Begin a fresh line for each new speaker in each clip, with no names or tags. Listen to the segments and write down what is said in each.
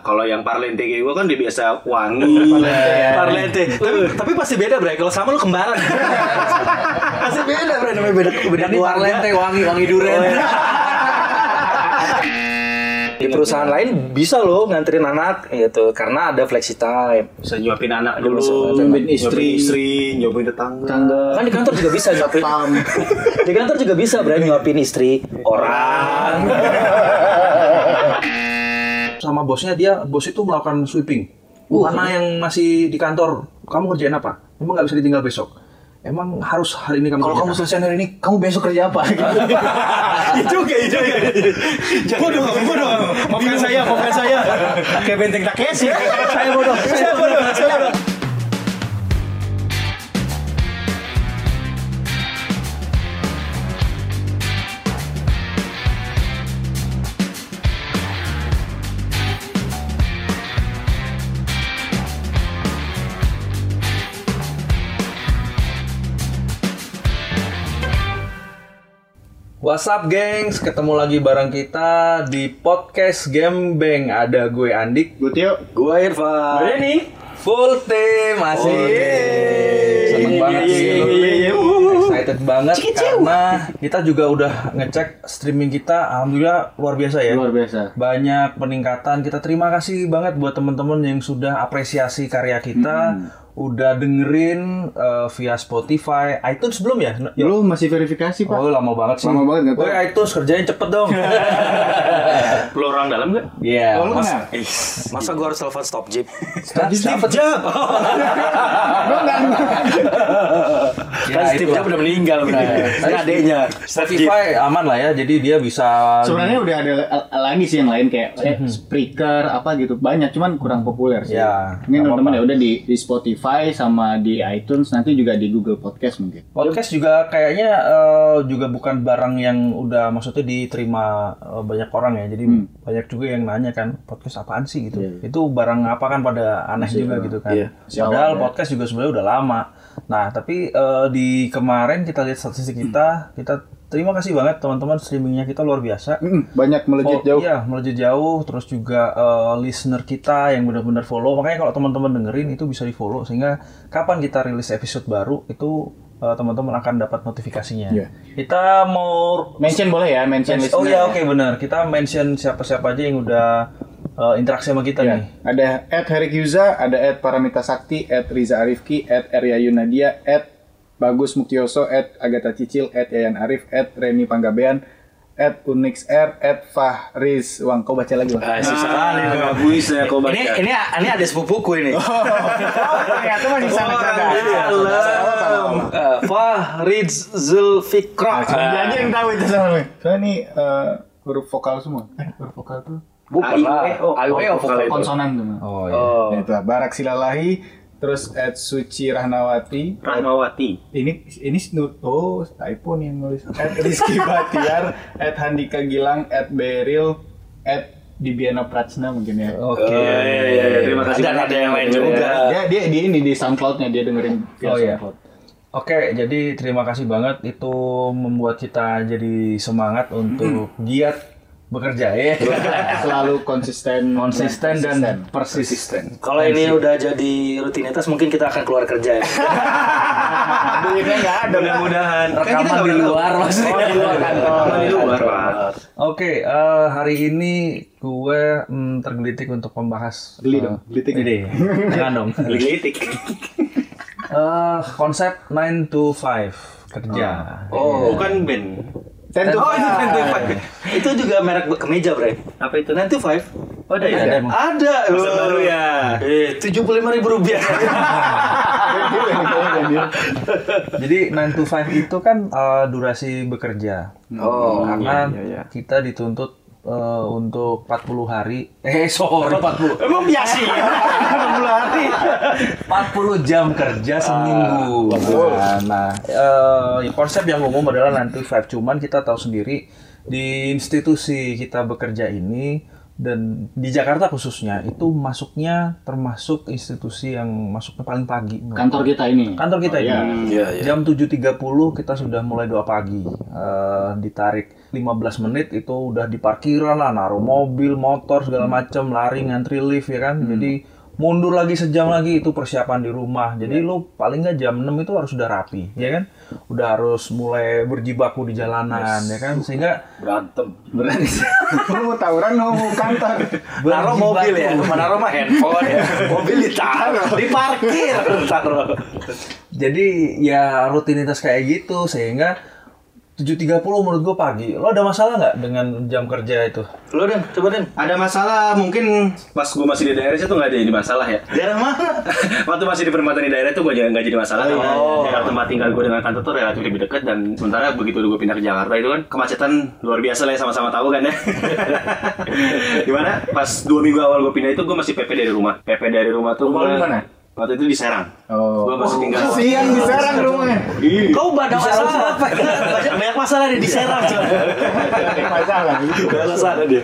Kalau yang parlente kayak gue kan dia biasa wangi. Iya.
Parlente. Tapi, tapi pasti beda bre. Kalau sama lu kembaran. pasti beda bre. Namanya beda beda
Ini
keluarga.
parlente wangi wangi duren.
Di perusahaan lain bisa loh nganterin anak gitu karena ada flexi time.
Bisa nyuapin anak
Aduh,
dulu,
masa-
nyuapin
nyuapin
istri, istri, nyuapin tetangga.
Kan di kantor juga bisa nyuapin.
Pam.
di kantor juga bisa berani nyuapin istri orang.
sama bosnya dia bos itu melakukan sweeping mana Uh, yang masih di kantor kamu kerjain apa emang nggak bisa ditinggal besok emang harus hari ini kamu
Kalau kamu
kerjain apa?
selesai hari ini, kamu besok kerja apa?
Itu juga, itu juga. Bodoh kamu, bodoh kamu. Maafkan saya, maafkan saya. Kayak benteng Takeshi. Saya bodoh, saya bodoh, saya bodoh.
What's up gengs ketemu lagi bareng kita di podcast Gembeng ada gue Andik
Gue Tio.
Gua Irfan.
Berani.
full team masih seneng banget
Iya,
sih
iya,
lu.
iya, iya.
excited banget karena kita juga udah ngecek streaming kita alhamdulillah luar biasa ya
Luar biasa.
banyak peningkatan. Kita terima kasih banget buat teman-teman yang sudah apresiasi karya kita,
Hmm.
udah dengerin eh, via Spotify, iTunes belum ya? Yo.
Lu masih verifikasi, Pak?
Oh lama banget sih.
Lama banget, nggak tahu.
Woi iTunes kerjain cepet dong.
Lu orang dalam gak?
Iya.
Oh, lu
Mas-
kenal?
Masa gua harus telepon stop jeep?
Steve Jobs.
Ya,
Kan Steve Jobs udah meninggal, bro.
Iya.
Kan adeknya.
Spotify aman lah ya, jadi dia bisa.
Sebenarnya udah ada l- lagi sih yang lain kayak eh,
Mhm.
speaker apa gitu banyak cuman kurang populer sih.
Ya,
Ini
nggak
teman-teman ya
apa-apa.
udah di, di Spotify sama di iTunes nanti juga di Google Podcast mungkin.
Podcast juga kayaknya eh, juga bukan barang yang udah maksudnya diterima eh, banyak orang ya. Jadi banyak juga yang nanya kan podcast apaan sih gitu. Itu barang apa kan pada aneh juga gitu kan. Padahal podcast juga sebenarnya udah lama. Nah, tapi eh, di kemarin kita lihat statistik kita, kita terima kasih banget teman-teman streamingnya kita luar biasa.
Mm, Banyak melejit
Fol-
jauh.
Iya, melejit jauh. Terus juga eh, listener kita yang benar-benar follow. Makanya kalau teman-teman dengerin itu bisa di follow sehingga kapan kita rilis episode baru itu eh, teman-teman akan dapat notifikasinya.
Iya.
Kita mau
Mention boleh ya, mention
Oh
listener
iya, oke benar. Kita mention siapa-siapa aja yang udah eh, interaksi sama kita
Ya,
nih.
Ada at Herik Yuza, ada at Paramita Sakti, at Riza Arifki, at Erya Yunadia, at Bagus Muktioso, at Agatha Cicil, at Yayan Arif, at Reni Panggabean, at Unix R, at Fahriz. Wang, kau baca lagi, Wang.
Ah, susah kali tuh. Bisa kau ya, baca.
Iya.
Ini ini ini ada sepupuku ini.
Oh, ternyata masih sangat
iya.
Salam. Eh, Fahrid Zulfikra.
Jadi yang tahu itu sama gue. Soalnya ini eh, huruf vokal semua. Eh, huruf vokal tuh
Bukan lah. Ayo, eh, ayo, Oh, iya, vokal itu.
konsonan tuh. Oh,
Oh, iya.
Itu lah. Barak Silalahi, terus at Suci Rahnawati,
Rahmawati.
ini ini nu- oh typo nih yang nulis at Rizky Batiar at Handika Gilang at Beril at Dibiana Pratsna mungkin ya
Oke.
Iya, iya, iya, iya. Terima kasih.
Dan ada yang lain juga.
dia dia dia ini di SoundCloudnya dia dengerin via
Oh, iya.
SoundCloud.
Oke, jadi terima kasih banget itu membuat kita jadi semangat untuk giat bekerja ya.
selalu konsisten
Konsisten
Konsisten.
dan persisten.
Kalau ini udah jadi rutinitas mungkin kita akan keluar kerja ya.
duitnya nggak ada
Mudah-mudahan. Oh,
Rekaman di luar maksudnya.
kan. Rekaman di luar, Pak.
Oke, eh, hari ini gue mm, tergelitik untuk membahas
Geli
eh,
dong, gelitik. ya.
gede. Jangan dong.
Gelitik.
Eh, konsep 9 to 5 kerja.
Oh, bukan band. Ah.
Tentu.
Ya. Iya. Oh, itu 9 to 5. Itu juga merek kemeja, Bre.
Apa itu?
9 to 5.
Oh, ada ya?
Ada emang.
Ada.
Masa baru ya?
Eh, 75 ribu rupiah.
Jadi 9 to 5 itu kan eh, durasi bekerja.
iya,
Oh,
karena kita dituntut eh, untuk 40 hari. Eh, sorry, 40.
Emang biasa ya? hari.
40 jam kerja seminggu. Nah, nah, eh, konsep yang umum adalah nanti five cuman kita tahu sendiri di institusi kita bekerja ini dan di Jakarta khususnya itu masuknya termasuk institusi yang masuknya paling pagi.
kantor kita
Hmm.
ini
Kantor kita
Oh, iya.
ini. Jam 7.30 kita sudah mulai doa pagi eh, ditarik 15 menit itu udah di parkiran lah, naruh mobil, motor segala
Hmm.
macam, lari ngantri lift ya kan. Jadi mundur lagi sejam lagi itu persiapan di rumah.
Iya.
Jadi lu paling nggak jam 6 itu harus udah rapi, ya kan? Udah harus mulai berjibaku di jalanan, ya kan? Sehingga
Berantem.
Lu mau tawuran lu mau kantor.
Naruh mobil ya, menaruh mah handphone ya. Mobil ditaruh, diparkir, taruh.
Jadi ya rutinitas kayak gitu sehingga 7.30 menurut gue pagi. Lo ada masalah nggak dengan jam kerja itu?
Lo Den, coba Den. Ada masalah mungkin pas gue masih di daerah itu nggak jadi masalah ya. Daerah mana? Oh. Waktu masih di perempatan di daerah itu gue nggak jadi masalah. karena Daerah tempat tinggal gue dengan kantor tuh relatif lebih dekat dan sementara begitu gue pindah ke Jakarta itu kan kemacetan luar biasa lah ya sama-sama tahu kan ya. Gimana? Pas dua minggu awal gue pindah itu gue masih PP dari rumah. PP dari rumah tuh
Rumah lu
gua-
di mana?
Waktu itu di Serang.
Oh.
Gue masih tinggal.
Siang di Serang rumahnya.
Ih.
Kau ada masalah apa? Banyak, banyak masalah nih di Serang.
Masalah.
Alasan dia.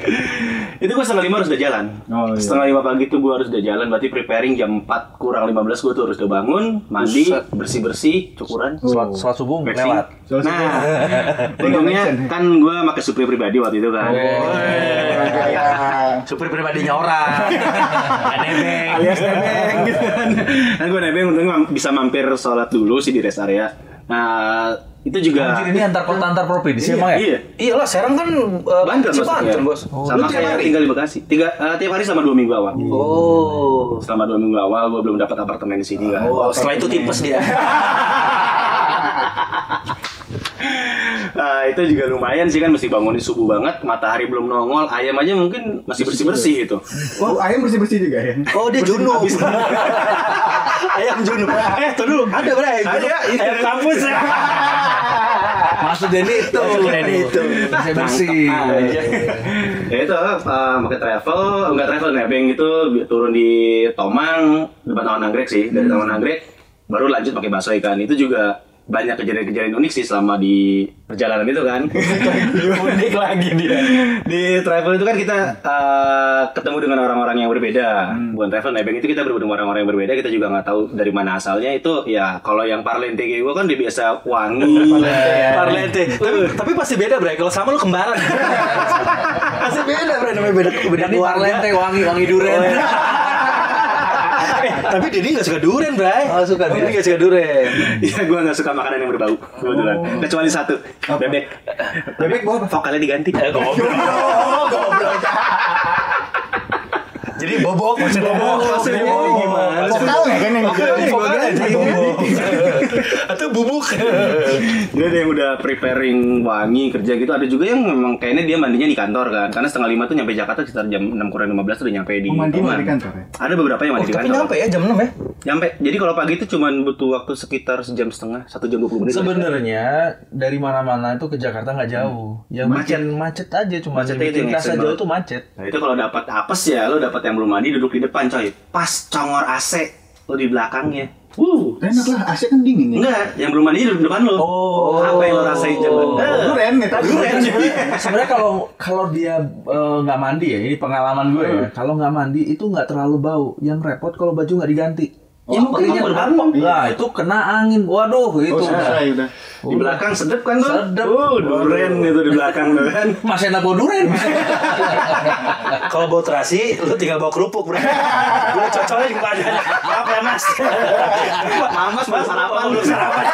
Itu gue setengah lima harus udah jalan.
Oh, iya.
Setengah lima pagi tuh gue harus udah jalan. Berarti preparing jam 4 kurang 15 gue tuh harus udah bangun, mandi, bersih bersih, cukuran.
Sholat, sholat subuh
waxing.
Oh, lewat.
Nah, untungnya kan gue pakai supir pribadi waktu itu kan.
Orang kaya.
Supir pribadinya orang. Gak nebeng.
Alias nebeng gitu kan. Nah, gue nebeng untungnya mam- bisa mampir sholat dulu sih di rest area. Nah, itu juga
Anjir, ini antar kota antar provinsi emang ya?
Iya.
Iya lah, Serang kan uh,
Banten maksudnya.
Cipanten, bos.
Sama kayak tinggal di Bekasi. Tiga, eh, tiap hari sama dua minggu awal.
Oh.
Selama dua minggu awal gue belum dapat apartemen di sini kan.
Oh, setelah itu tipes dia.
Nah, itu juga lumayan sih kan mesti bangunin subuh banget, matahari belum nongol, ayam aja mungkin masih bersih-bersih gitu.
Oh, ayam bersih-bersih juga ya.
Oh, dia Juno. Ayam Juno. Eh, tuh dulu. Ada berapa ayam Juno?
Ayam kampus ya.
Maksud Denny itu. itu. Bersih bersih.
ya itu eh, pakai travel, enggak travel nebeng gitu turun di Tomang, depan Taman Anggrek sih, dari Taman Anggrek baru lanjut pakai bakso ikan. Itu juga banyak kejadian-kejadian unik sih selama di perjalanan itu kan. unik lagi dia. Di travel itu kan kita eh, ketemu dengan orang-orang yang berbeda. Bukan travel nebeng itu kita bertemu dengan orang-orang yang berbeda, kita juga nggak tahu dari mana asalnya itu. Ya kalau yang Parlente kayak gue kan dia biasa wangi.
Parlente. Tapi, tapi pasti beda, Bray. Kalau sama lu kembaran. pasti beda, Bray. Namanya beda, beda
Ini
keluarga. Oh, iya.
parlente wangi wangi duren.
Eh, tapi Didi gak suka durian, Bray.
Oh, suka
Didi gak suka durian. Oh.
Iya, gue nggak suka makanan yang berbau kebetulan. Kecuali satu, bebek. Bebek gue vokalnya diganti.
Eh, Jadi bobok, maksudnya. Bobok, maksudnya. Gimana?
Vokal ya kan yang diganti.
Atau bubuk.
Jadi ada yang udah preparing wangi kerja gitu. Ada juga yang memang kayaknya dia mandinya di kantor kan. Karena setengah lima tuh nyampe Jakarta sekitar jam enam kurang lima belas udah nyampe di.
Oh, mandi
Taman.
mandi kantor ya?
Ada beberapa yang mandi di
Tapi
kantor.
nyampe ya jam 6 ya?
Nyampe. Jadi kalau pagi itu cuma butuh waktu sekitar sejam setengah, satu jam dua puluh menit.
Sebenarnya dari mana-mana itu ke Jakarta nggak jauh. Yang macet macet aja cuma
Macetnya itu
yang
yang
bikin kerasa
ekstrim
jauh
banget.
tuh macet.
Nah itu kalau dapat apes ya, lo dapat yang belum mandi duduk di depan coy. Pas congor AC lo di belakangnya. Wuh.
Enak lah, AC kan dingin ya.
Enggak, yang belum mandi duduk depan lo. Oh. Apa yang lo rasain coba? Eh.
Duren nih tadi.
Iya. sebenarnya kalau kalau dia eh, nggak mandi ya ini pengalaman gue ya kalau nggak mandi itu nggak terlalu bau yang repot kalau baju nggak diganti
Ya mukanya berbau.
Nah, itu kena angin. Waduh, itu Nah,
Oh,
udah.
selesai udah.
Di belakang sedep kan tuh?
Sedep.
Uh, duren itu di belakang tuh kan.
Mas enak bau durian.
Kalau bau terasi, lu tinggal bawa
Oh,
kerupuk, Bray. Lu cocolnya di badan. Apa ya, Mas?
Mamas belum sarapan, belum sarapan.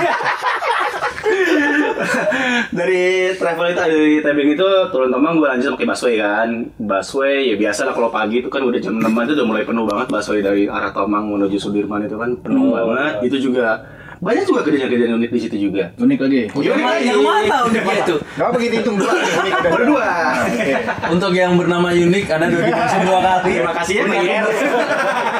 dari travel itu dari tebing itu turun Tomang gue lanjut pakai busway kan busway ya biasa lah kalau pagi itu kan udah jam 6 itu udah mulai penuh banget busway dari arah Tomang menuju Sudirman itu kan penuh banget itu juga banyak juga kejadian-kejadian unik di situ juga
Unik lagi.
yang mana? Yang
Iya.
mana uniknya itu?
Gak apa kita hitung dua. Unik udah.
berdua
Oke.
Untuk yang bernama unik ada dua dimensi dua kali.
terima kasih ya Pak R.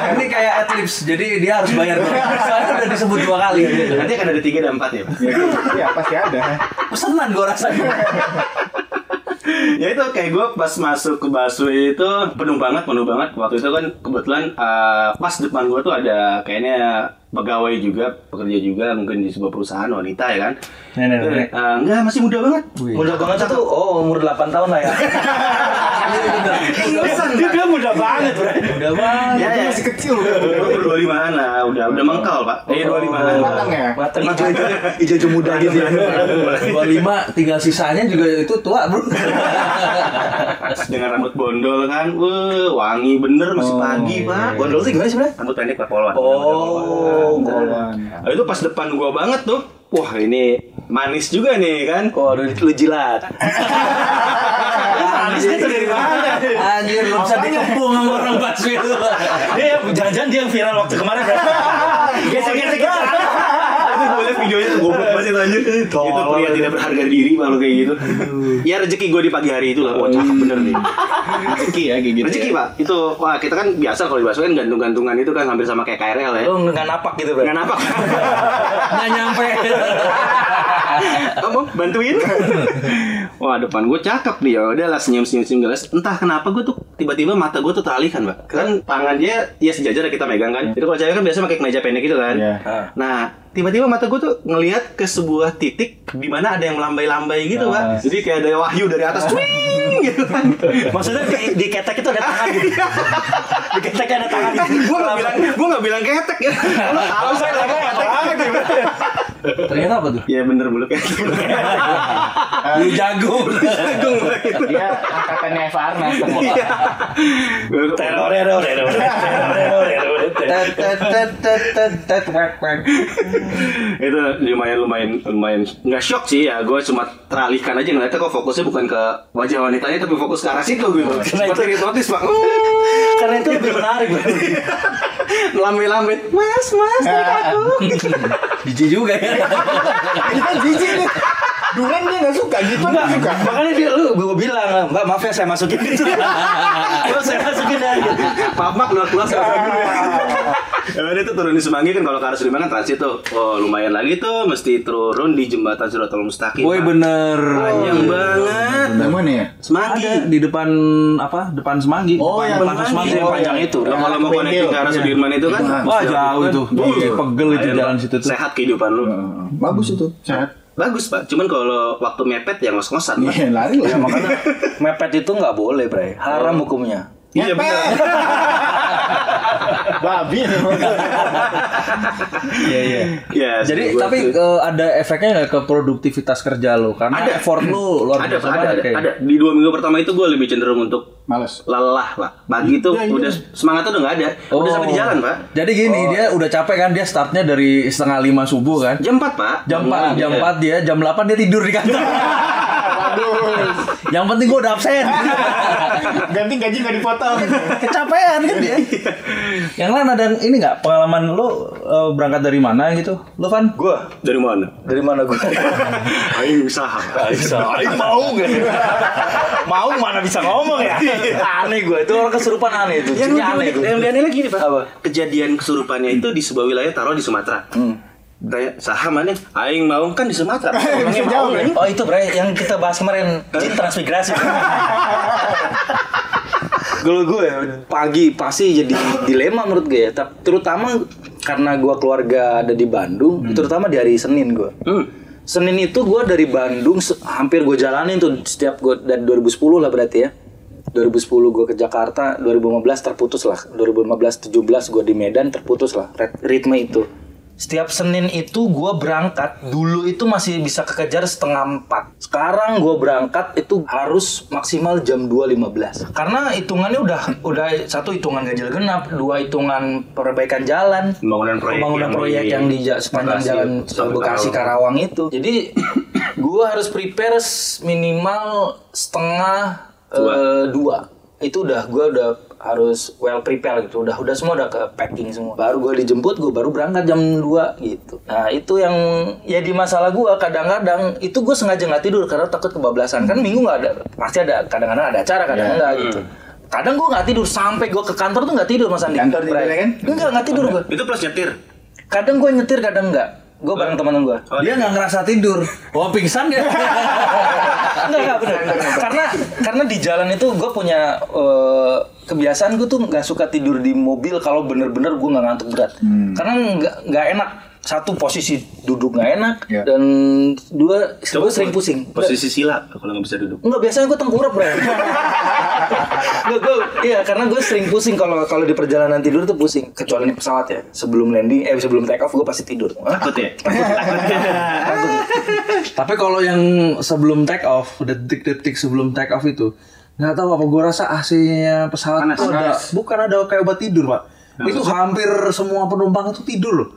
Ini kayak Eclipse, jadi dia harus bayar. Soalnya udah disebut dua kali.
nanti akan ada tiga dan empat ya Pak?
Ya, Iya, pasti ada.
Pesenan gue rasanya.
ya itu kayak gue pas masuk ke busway itu penuh banget penuh banget waktu itu kan kebetulan eh, pas depan gue tuh ada kayaknya pegawai juga pekerja juga mungkin di sebuah perusahaan wanita ya kan
Nenek, nenek.
Eh, enggak masih muda banget
Wih.
Mudah banget tuh, oh umur 8 tahun lah ya.
Iya, dia, dia muda
udah banget, Bro.
Udah banget.
Iya,
Itu masih kecil udah.
Dua lima an lah, udah udah mengkal pak. Iya dua lima an.
Matang ya.
Matang
Iya,
hijau-hijau hijau muda gitu ya. 25 tinggal sisanya juga itu tua, Bro.
Dengan rambut bondol kan, wah wangi bener masih pagi pak. Oh, iya, Bondol tuh gimana sih Bro? Rambut pendek pak polwan.
Oh,
Polwan.
Nah, itu pas depan gua banget tuh. Wah ini manis juga nih kan.
Oh, lu, lu jilat.
Alisnya tuh dari mana?
Anjir, lu bisa dikepung sama orang Basri lu.
Dia yang jangan-jangan dia yang viral waktu kemarin, Bro. Gesek-gesek.
gitu.
gitu.
itu gue liat videonya tuh goblok banget anjir itu pria tidak berharga diri malu kayak gitu ya rezeki gue di pagi hari itu lah wah cakep bener nih
Rezeki ya kayak gitu.
rezeki
ya.
pak itu wah kita kan biasa kalau di Baswedan gantung-gantungan itu kan hampir sama kayak KRL ya
Lu nggak napak gitu, Bro.
nggak nampak
Nggak nyampe.
kamu bantuin wah depan gue cakep nih ya udahlah senyum senyum senyum gelas entah kenapa gue tuh tiba-tiba mata gue tuh teralihkan pak kan tangan dia ya sejajar ya kita megang kan itu kalau cewek kan biasanya pakai kemeja pendek gitu kan
Iya.
nah tiba-tiba mata gue tuh ngelihat ke sebuah titik di mana ada yang melambai-lambai gitu pak jadi kayak ada wahyu dari atas cuing gitu kan
Maksudnya di, di ketek itu ada tangan gitu. Di ketek ada tangan gitu.
gue gak bilang gue gak bilang ketek ya lo tahu saya lagi ketek
Ternyata apa tuh?
ya bener bulu ketek
Lu jago.
agung Pak, gitu
Dia
Iya,
angkatannya Eva Arnas.
Iya.
Teror, teror, teror, teror, teror, teror.
Tet, tet, tet, tet, tet, tet, wek, wek.
itu lumayan lumayan lumayan nggak shock sih ya gue cuma teralihkan aja ngeliatnya kok fokusnya bukan ke wajah wanitanya tapi fokus ke arah situ gitu
Nah,
seperti hipnotis pak
Karena itu lebih menarik, Bro.
lambe lambe mas
Ah,
mas tarik aku
Jijik juga ya.
Kita jijik nih. Duren dia nggak suka gitu nggak suka.
Makanya ah. Eh, dia lu gue bilang, Mbak maaf ya saya masukin gitu. Lu saya masukin aja.
Maaf, mak keluar keluar
Ah.
sama dulu ya Emang itu turun di Semanggi kan kalau ke arah Sudirman kan transit tuh oh lumayan lagi tuh mesti turun di jembatan Suratul Mustaqim
Woi
Pak.
bener.
panjang banget
Yang mana ya?
Semanggi
Ada di depan apa? Depan Semanggi.
Oh,
Depan-
yang
depan
Semanggi.
Semanggi yang
Oh,
panjang
iya.
itu.
Udah kalau mau connecting ke arah Sudirman itu kan
Wah, jauh itu.
Iya.
Pegel itu
Ayo,
jalan situ tuh. Hmm.
Sehat kehidupan lu
Eh, Bagus itu. Sehat.
Bagus pak, cuman kalau waktu mepet ya ngos-ngosan pak
Iya lari lah.
Makanya mepet itu nggak boleh, Bray. Haram hukumnya.
Iya benar.
Babi.
Iya, iya.
Iya.
Jadi
gua
tapi
tuh.
eh, ada efeknya nggak ke produktivitas kerja lo? Karena
Ada.
effort lo luar
ada
biasa
Pak, ada
banget
ada,
kayaknya.
ada. Di dua minggu pertama itu gue lebih cenderung untuk
Males.
lelah pak. Pagi itu
Iya, iya.
udah semangatnya udah nggak ada. Udah
Oh.
sampai di jalan pak.
Jadi gini dia udah capek kan dia startnya dari setengah lima subuh kan.
Jam 4 pak.
Jam 4, jam
Iya.
4 dia, jam 8 dia tidur di kantor. Yang penting gue udah absen.
Ganti gaji nggak dipotong.
Kecapean kan dia. Yang lain ada yang ini nggak pengalaman lo eh, berangkat dari mana gitu? Lo Van?
Gua dari mana?
Dari mana gue?
Ayo usaha.
bisa. Aing mau nggak? mau mana bisa ngomong ya? aneh gue itu orang kesurupan aneh itu.
Yang gitu.
Jadi aneh
lebih
gue.
unik, yang lebih aneh lagi nih pak.
Apa?
Kejadian kesurupannya itu di sebuah wilayah taruh di Sumatera. Kayak saham aneh, aing mau kan di Sumatera. Emangnya
Bisa
mau
jauh,
nggak?
Oh itu Bray yang kita bahas kemarin jin transmigrasi. Kalau gue pagi pasti jadi dilema menurut gue ya. Tap- Terutama karena gue keluarga ada di Bandung, terutama di hari Senin gue. Senin itu gue dari Bandung se- hampir gue jalanin tuh setiap gue dari 2010 lah berarti ya. 2010 gue ke Jakarta, 2015 terputus lah. 2015-17 gue di Medan terputus lah ret- ritme itu. Setiap Senin itu gue berangkat dulu itu masih bisa kekejar setengah empat. Sekarang gue berangkat itu harus maksimal jam 2.15 karena hitungannya udah udah satu hitungan ganjil genap, dua hitungan perbaikan jalan,
Pembangunan proyek
pembangunan
yang
proyek
di-
yang di ja- sepanjang
Bekasi,
jalan
sampai
Bekasi Karawang itu. Jadi gue harus prepare s- minimal setengah eh, dua. Itu udah gue udah harus well prepare gitu. Udah udah semua udah ke packing semua. Baru gue dijemput, gue baru berangkat jam 2 gitu. Nah itu yang jadi masalah gue kadang-kadang itu gue sengaja nggak tidur karena takut kebablasan. Kan minggu nggak ada, pasti ada kadang-kadang ada acara kadang nggak gitu. Kadang gue nggak tidur sampai gue ke kantor tuh nggak tidur mas Andi.
Kantor tidurnya kan?
Enggak nggak tidur gue.
Itu plus nyetir.
Kadang gue nyetir, kadang enggak. Gue bareng teman gue.
Dia nggak ngerasa tidur. Wah pingsan ya? dia.
Enggak, enggak bener. Karena karena di jalan itu gue punya eh, kebiasaan gue tuh nggak suka tidur di mobil kalau bener-bener gue nggak ngantuk berat. Karena nggak nggak enak satu posisi duduk nggak enak
Iya.
dan dua gue sering pusing
Posisi sila kalau nggak bisa duduk.
Enggak, biasanya gue tengkurap, Bro. Enggak, gue, iya karena gue sering pusing kalau kalau di perjalanan tidur tuh pusing. Kecuali di pesawat ya. Sebelum landing, eh sebelum take off gue pasti tidur. Hah?
Takut ya?
Tapi kalau yang sebelum take off, detik-detik sebelum take off itu, nggak tahu apa gue rasa AC-nya pesawat
Panas,
tuh ada, bukan ada kayak obat tidur pak.
Nah.
itu hampir semua penumpang itu tidur loh.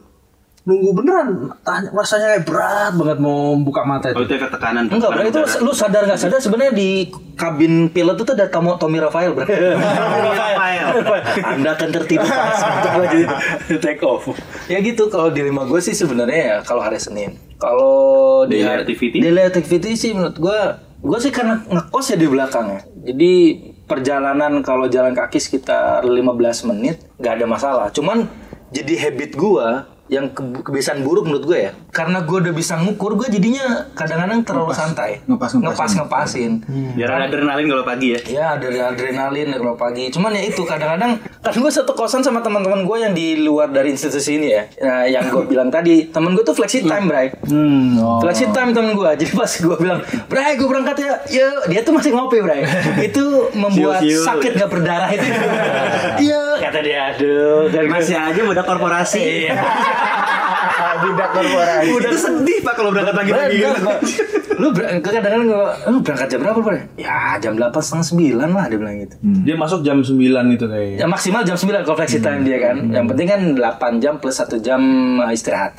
Nunggu beneran, tanya, rasanya kayak berat banget mau buka mata
Kalau
itu.
itu efek ya tekanan.
Oh, Enggak, bro.
tekanan
Itu
udara.
lu sadar nggak sadar sebenarnya di kabin pilot itu ada Tomo, Tommy Rafael, bro.
Rafael.
Anda akan tertidur pas sebentar lagi take off. Ya gitu. Kalau dilema gue sih sebenarnya ya kalau hari Senin. Kalau di
Daily
hari-
activity?
Daily activity sih menurut gue. Gue sih karena ngekos ya di belakang ya. Jadi perjalanan kalau jalan kaki sekitar 15 menit nggak ada masalah. Cuman jadi habit gue yang ke- kebiasaan buruk menurut gue ya karena gue udah bisa ngukur gue jadinya kadang-kadang terlalu santai
Ngepas, ngepasin.
ngepas ngepasin
Biar ada adrenalin kalau pagi ya.
Ya dari adrenalin ya kalau pagi. Cuman ya itu kadang-kadang kan gue satu kosan sama teman-teman gue yang di luar dari institusi ini ya. Nah yang gue bilang tadi temen gue tuh flexi time Bray. Flexi time temen gue. Jadi pas gue bilang Bray gue berangkat ya. Yuk dia tuh masih ngopi Bray. Itu membuat
Siu-siu.
sakit gak berdarah itu. Iya kata dia. Aduh. Dan gue-
Masih aja udah korporasi.
Iya.
budak korporasi.
Udah sedih pak kalau berangkat pagi-pagi.
Bener, Pak. lu berangkat kadang-kadang gue, lu berangkat jam berapa Bray? Ya jam delapan setengah sembilan lah dia bilang gitu.
Dia masuk jam 9 itu kayaknya.
Ya maksimal jam 9 kalau flexi time dia kan. Yang penting kan 8 jam plus 1 jam uh, istirahat.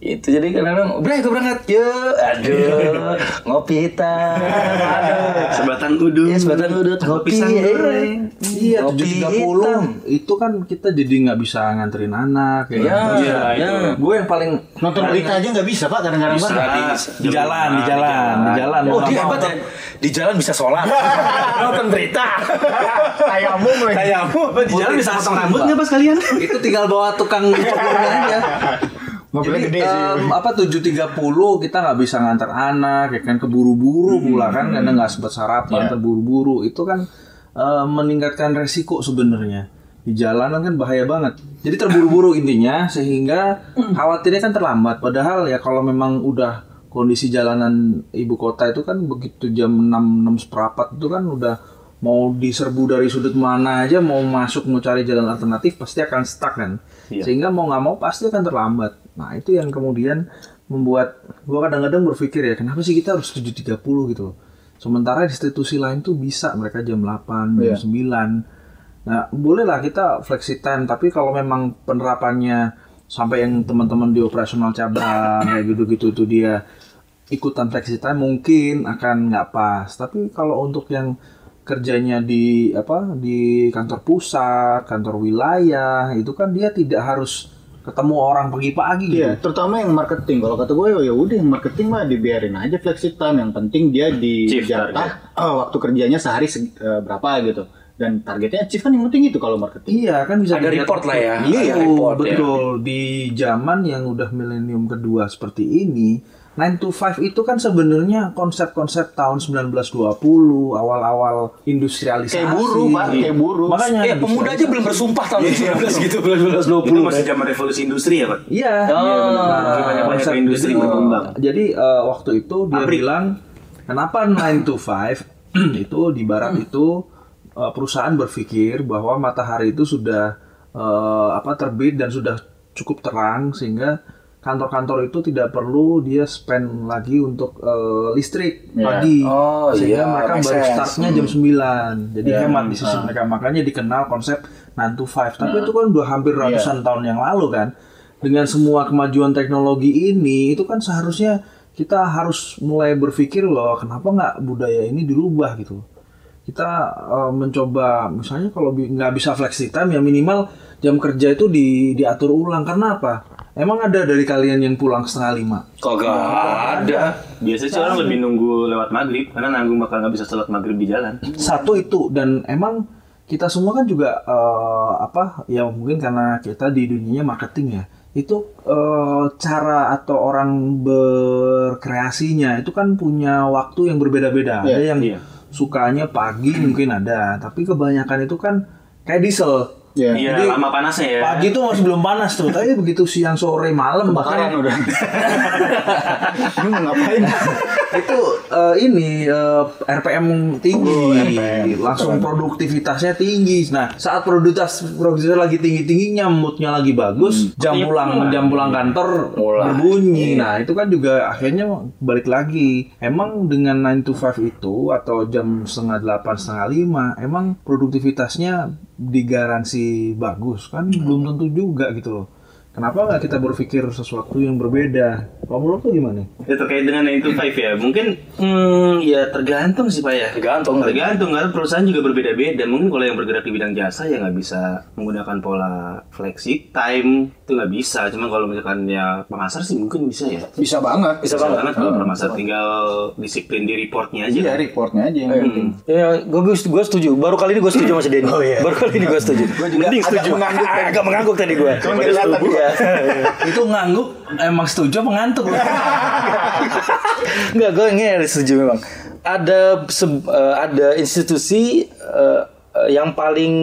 Itu jadi kan kadang-kadang, "Bray, gue berangkat." Yuk. Aduh, ngopi hitam. Aduh.
Sebatang udut.
Ya, sebatang udut, ngopi,
Pisang
eh.
goreng.
Iya,
Kopi
7.30 itu kan kita jadi nggak bisa nganterin anak ya.
Ya,
Terus,
ya.
Gue yang paling
Nonton berita aja nggak bisa pak kadang-kadang
Bisa.
Pak.
di jalan, di jalan, di jalan.
Oh,
Mau
dia
nggak mau,
hebat ya. Di jalan bisa sholat. Nonton berita.
Tayamum lagi.
Di jalan bisa potong rambut nggak pas kalian? Itu tinggal bawa tukang cukurnya aja.
Mobilnya
Jadi
gede sih.
em, apa 7.30 kita nggak bisa ngantar anak ya kan
Hmm.
keburu-buru pula kan karena nggak sempat
Iya.
sarapan terburu-buru itu kan em, meningkatkan resiko sebenarnya di jalanan kan bahaya banget jadi terburu-buru intinya sehingga
Hmm.
khawatirnya kan terlambat padahal ya kalau memang udah kondisi jalanan ibu kota itu kan begitu jam 6 6 seperempat itu kan udah mau diserbu dari sudut mana aja mau masuk mau cari jalan alternatif pasti akan stuck kan sehingga mau nggak mau pasti akan terlambat nah itu yang kemudian membuat gua kadang-kadang berpikir ya kenapa sih kita harus 7.30 gitu loh sementara institusi lain tuh bisa mereka jam 8 jam 9 nah bolehlah kita flexi time tapi kalau memang penerapannya sampai yang teman-teman di operasional cabang kayak gitu-gitu tuh dia ikutan flexi time mungkin akan nggak pas tapi kalau untuk yang kerjanya di apa di kantor pusat kantor wilayah itu kan dia tidak harus ketemu orang pagi-pagi gitu
Iya, terutama yang marketing. Kalau kata gue ya udah yang marketing mah dibiarin aja flexi time. Yang penting dia di
Shift
jatah eh, waktu kerjanya sehari se- eh, berapa gitu. Dan targetnya chief kan yang penting itu kalau marketing.
Iya kan bisa
Ada
dilihat-
report lah ya,
Iya
ada report ya.
betul di zaman yang udah milenium kedua seperti ini 9 to 5 itu kan sebenarnya konsep-konsep tahun 1920 awal-awal industrialisasi.
Kayak buruh, Pak, kayak buruh.
Makanya
Eh, pemuda aja belum bersumpah tahun 19 gitu, 1920.
Itu masih zaman revolusi industri ya pak.
Iya.
Oh.
Iya, benar.
Lagi banyak-banyak
Konsep-
industri
jadi,
berkembang.
Jadi eh, waktu itu dia
Pabrik.
bilang kenapa 9 to 5 itu di barat
Hmm.
itu eh, perusahaan berpikir bahwa matahari itu sudah eh, apa terbit dan sudah cukup terang sehingga kantor-kantor itu tidak perlu dia spend lagi untuk eh, listrik
Iya.
pagi
Oh,
sehingga
iya,
mereka
make
baru
sense. Hmm. Iya,
startnya jam 9 jadi hemat di sisi mereka makanya dikenal konsep 9 to 5 tapi
Hmm.
itu kan udah hampir
Iya.
ratusan tahun yang lalu kan dengan semua kemajuan teknologi ini itu kan seharusnya kita harus mulai berpikir loh kenapa nggak budaya ini dirubah gitu kita eh, mencoba misalnya kalau bi- nggak bisa flexi time ya minimal jam kerja itu di diatur ulang karena apa emang ada dari kalian yang pulang setengah lima
Kagak ada.
Biasanya sih orang lebih nunggu lewat maghrib karena nanggung bakal nggak bisa sholat maghrib di jalan.
satu itu dan emang kita semua kan juga eh, apa ya mungkin karena kita di dunianya marketing ya itu eh, cara atau orang berkreasinya itu kan punya waktu yang berbeda-beda ada yang
iya.
sukanya pagi mungkin ada tapi kebanyakan itu kan kayak diesel
Iya.
Iya,
Jadi-
lama panasnya ya.
Pagi tuh masih belum panas tuh, tapi begitu siang sore malam bahkan
Kebakaran udah. Ini mau ngapain?
itu eh, ini eh, RPM tinggi, langsung produktivitasnya tinggi. Nah, saat produktivitas produktivitas lagi tinggi tingginya, moodnya lagi bagus, jam
Iya,
pulang
pulang.
jam pulang kantor berbunyi. Nah, itu kan juga akhirnya balik lagi. Emang dengan 9 to 5 itu atau jam setengah delapan setengah lima, emang produktivitasnya digaransi bagus kan? Belum tentu juga gitu loh. Kenapa nggak kita berpikir sesuatu yang berbeda? Kalau menurut tuh gimana?
Ya, terkait dengan 9 to 5 ya, mungkin hmm, ya tergantung sih Pak ya.
Tergantung.
Tergantung, karena perusahaan juga berbeda-beda. Mungkin kalau yang bergerak di bidang jasa ya nggak bisa menggunakan pola flexi time, itu nggak bisa. Cuma kalau misalkan ya pengasar sih mungkin bisa ya.
Bisa banget.
Bisa banget Hmm. kalau pengasar tinggal disiplin di reportnya aja.
Iya, reportnya aja yang penting.
Ya, gue gue setuju. Baru kali ini gue setuju sama si Denny. Baru kali ini gue setuju. Gue juga Mending setuju. Agak mengangguk, agak mengangguk tadi gue. Cuma kelihatan ya.
itu ngangguk emang setuju apa ngantuk
Enggak, gue ini harus setuju memang. Ada se- eh, ada institusi eh, eh, yang paling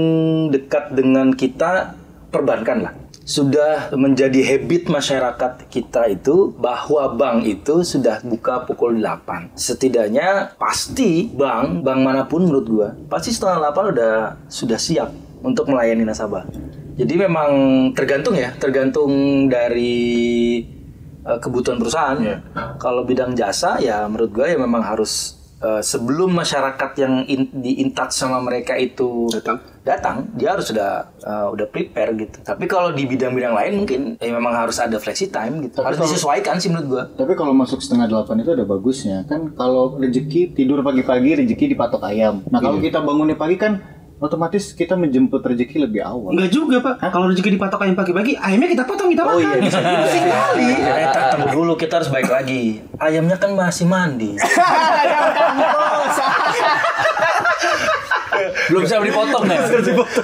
dekat dengan kita perbankan lah. Sudah menjadi habit masyarakat kita itu bahwa bank itu sudah buka pukul 8. Setidaknya pasti bank, bank manapun menurut gua, pasti setengah 8 udah sudah siap untuk melayani nasabah. Jadi memang tergantung ya, tergantung dari eh, kebutuhan perusahaan. Kalau bidang jasa ya menurut gue ya memang harus eh, sebelum masyarakat yang in- di in touch sama mereka itu datang, dia harus sudah eh, udah prepare gitu. Tapi kalau di bidang-bidang lain mungkin ya memang harus ada flexi time gitu. harus disesuaikan sih menurut gue.
Tapi kalau masuk setengah delapan itu ada bagusnya kan kalau rezeki tidur pagi-pagi rezeki dipatok ayam. Nah kalau kita bangunnya pagi kan otomatis kita menjemput rezeki lebih awal.
Enggak juga Pak, kalau rezeki dipatok ayam pagi-pagi, ayamnya kita potong, kita makan.
Eh, tar, tar dulu kita harus baik lagi. Ayamnya kan masih mandi. Belum bisa dipotong kan?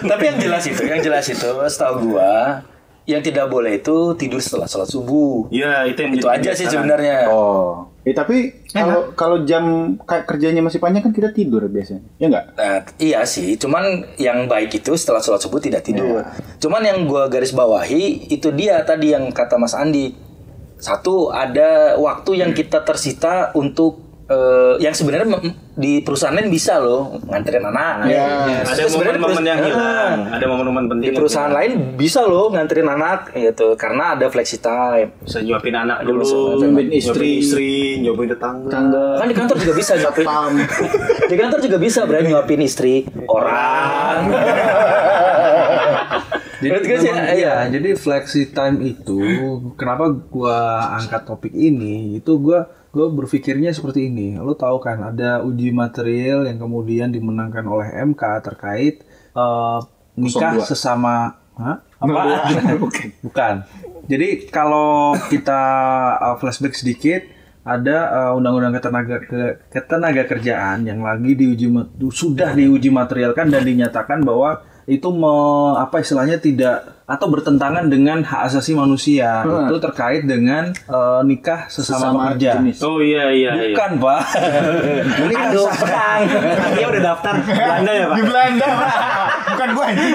Tapi yang jelas itu, yang jelas itu setahu gua yang tidak boleh itu tidur setelah sholat subuh.
Ya, itu yang
Itu
menjadi
aja
kebiasaan.
sih sebenarnya.
Oh. Eh tapi kalau kalau jam ka- kerjanya masih panjang kan kita tidur biasanya. Ya enggak?
Nah, iya sih, cuman yang baik itu setelah sholat subuh tidak tidur.
Iya.
Cuman yang gua garis bawahi itu dia tadi yang kata Mas Andi. Satu ada waktu yang
Hmm.
kita tersita untuk eh, yang sebenarnya mem- di perusahaan lain bisa loh nganterin anak. Nah,
Iya.
Ada momen-momen
Sebenarnya perus-
yang hilang,
Ah,
ada momen-momen penting.
Di
yang
perusahaan
hilang.
lain bisa loh nganterin anak gitu karena ada flexi time.
bisa nyuapin anak
Ada
dulu,
masa-
nyuapin istri, istri, nyuapin tetangga.
Kan di kantor juga bisa nyuapin.
Satpam.
di kantor juga bisa berani nyuapin istri orang. Menurut gue sih,
memang
iya.
iya, jadi flexi time itu kenapa gua angkat topik ini itu gua gua berpikirnya seperti ini. Lo tahu kan ada uji material yang kemudian dimenangkan oleh MK terkait eh, nikah
02.
sesama Hah? Apa?
Bukan.
Bukan. Jadi kalau kita uh, flashback sedikit, ada uh, undang-undang ketenaga ke- ketenaga kerjaan yang lagi diuji ma- sudah diuji materialkan dan dinyatakan bahwa itu me- apa istilahnya tidak atau bertentangan dengan hak asasi manusia itu terkait dengan uh, nikah sesama,
Sama
pekerja.
jenis.
Oh iya iya iya.
Bukan pak. Ini kan
Aduh, Iya,
sa-
Kang.
Dia udah daftar Belanda ya Pak.
Belanda. Bukan gua ini.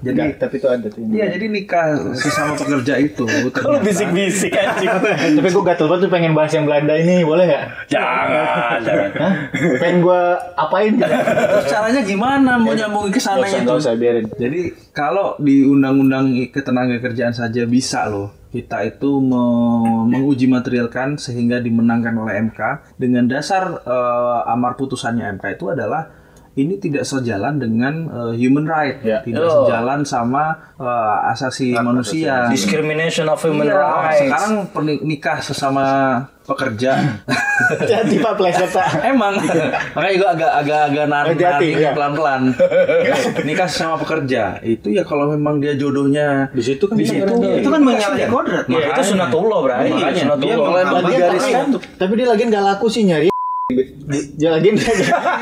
Jadi
tapi itu ada tuh.
Iya, jadi nikah sesama pekerja itu
Lu
ternyata-
bisik-bisik anjing.
Tapi gua gatel banget tuh pengen bahas yang Belanda ini, boleh nggak?
jangan, jangan.
Hah? Pengen gua apain gitu.
Terus caranya gimana mau nyambungin ke
Nggak
sana
usah,
itu?
nggak usah biarin.
Jadi kalau di undang-undang ketenaga kerjaan saja bisa loh kita itu me- menguji materialkan sehingga dimenangkan oleh MK dengan dasar eh, amar putusannya MK itu adalah ini tidak sejalan dengan eh, human right,
Ya.
tidak
Oh.
sejalan sama eh, asasi manusia.
Discrimination of human
Iya,
rights.
Sekarang perni- nikah sesama pekerja
Hati-hati Pak Pleset, Pak.
Emang makanya gue agak agak agak narik
Hati-hati, ya.
pelan pelan. Nikah kan sama pekerja itu ya kalau memang dia jodohnya di situ kan
bisa jodoh.
itu kan menyalahi kodrat.
Ya, itu sunatullah, Bray. Iya,
Makanya.
sunatullah.
Dia
Kalau
Lagian
digariskan.
tapi- Tapi dia lagian gak laku sih nyari. Dia lagian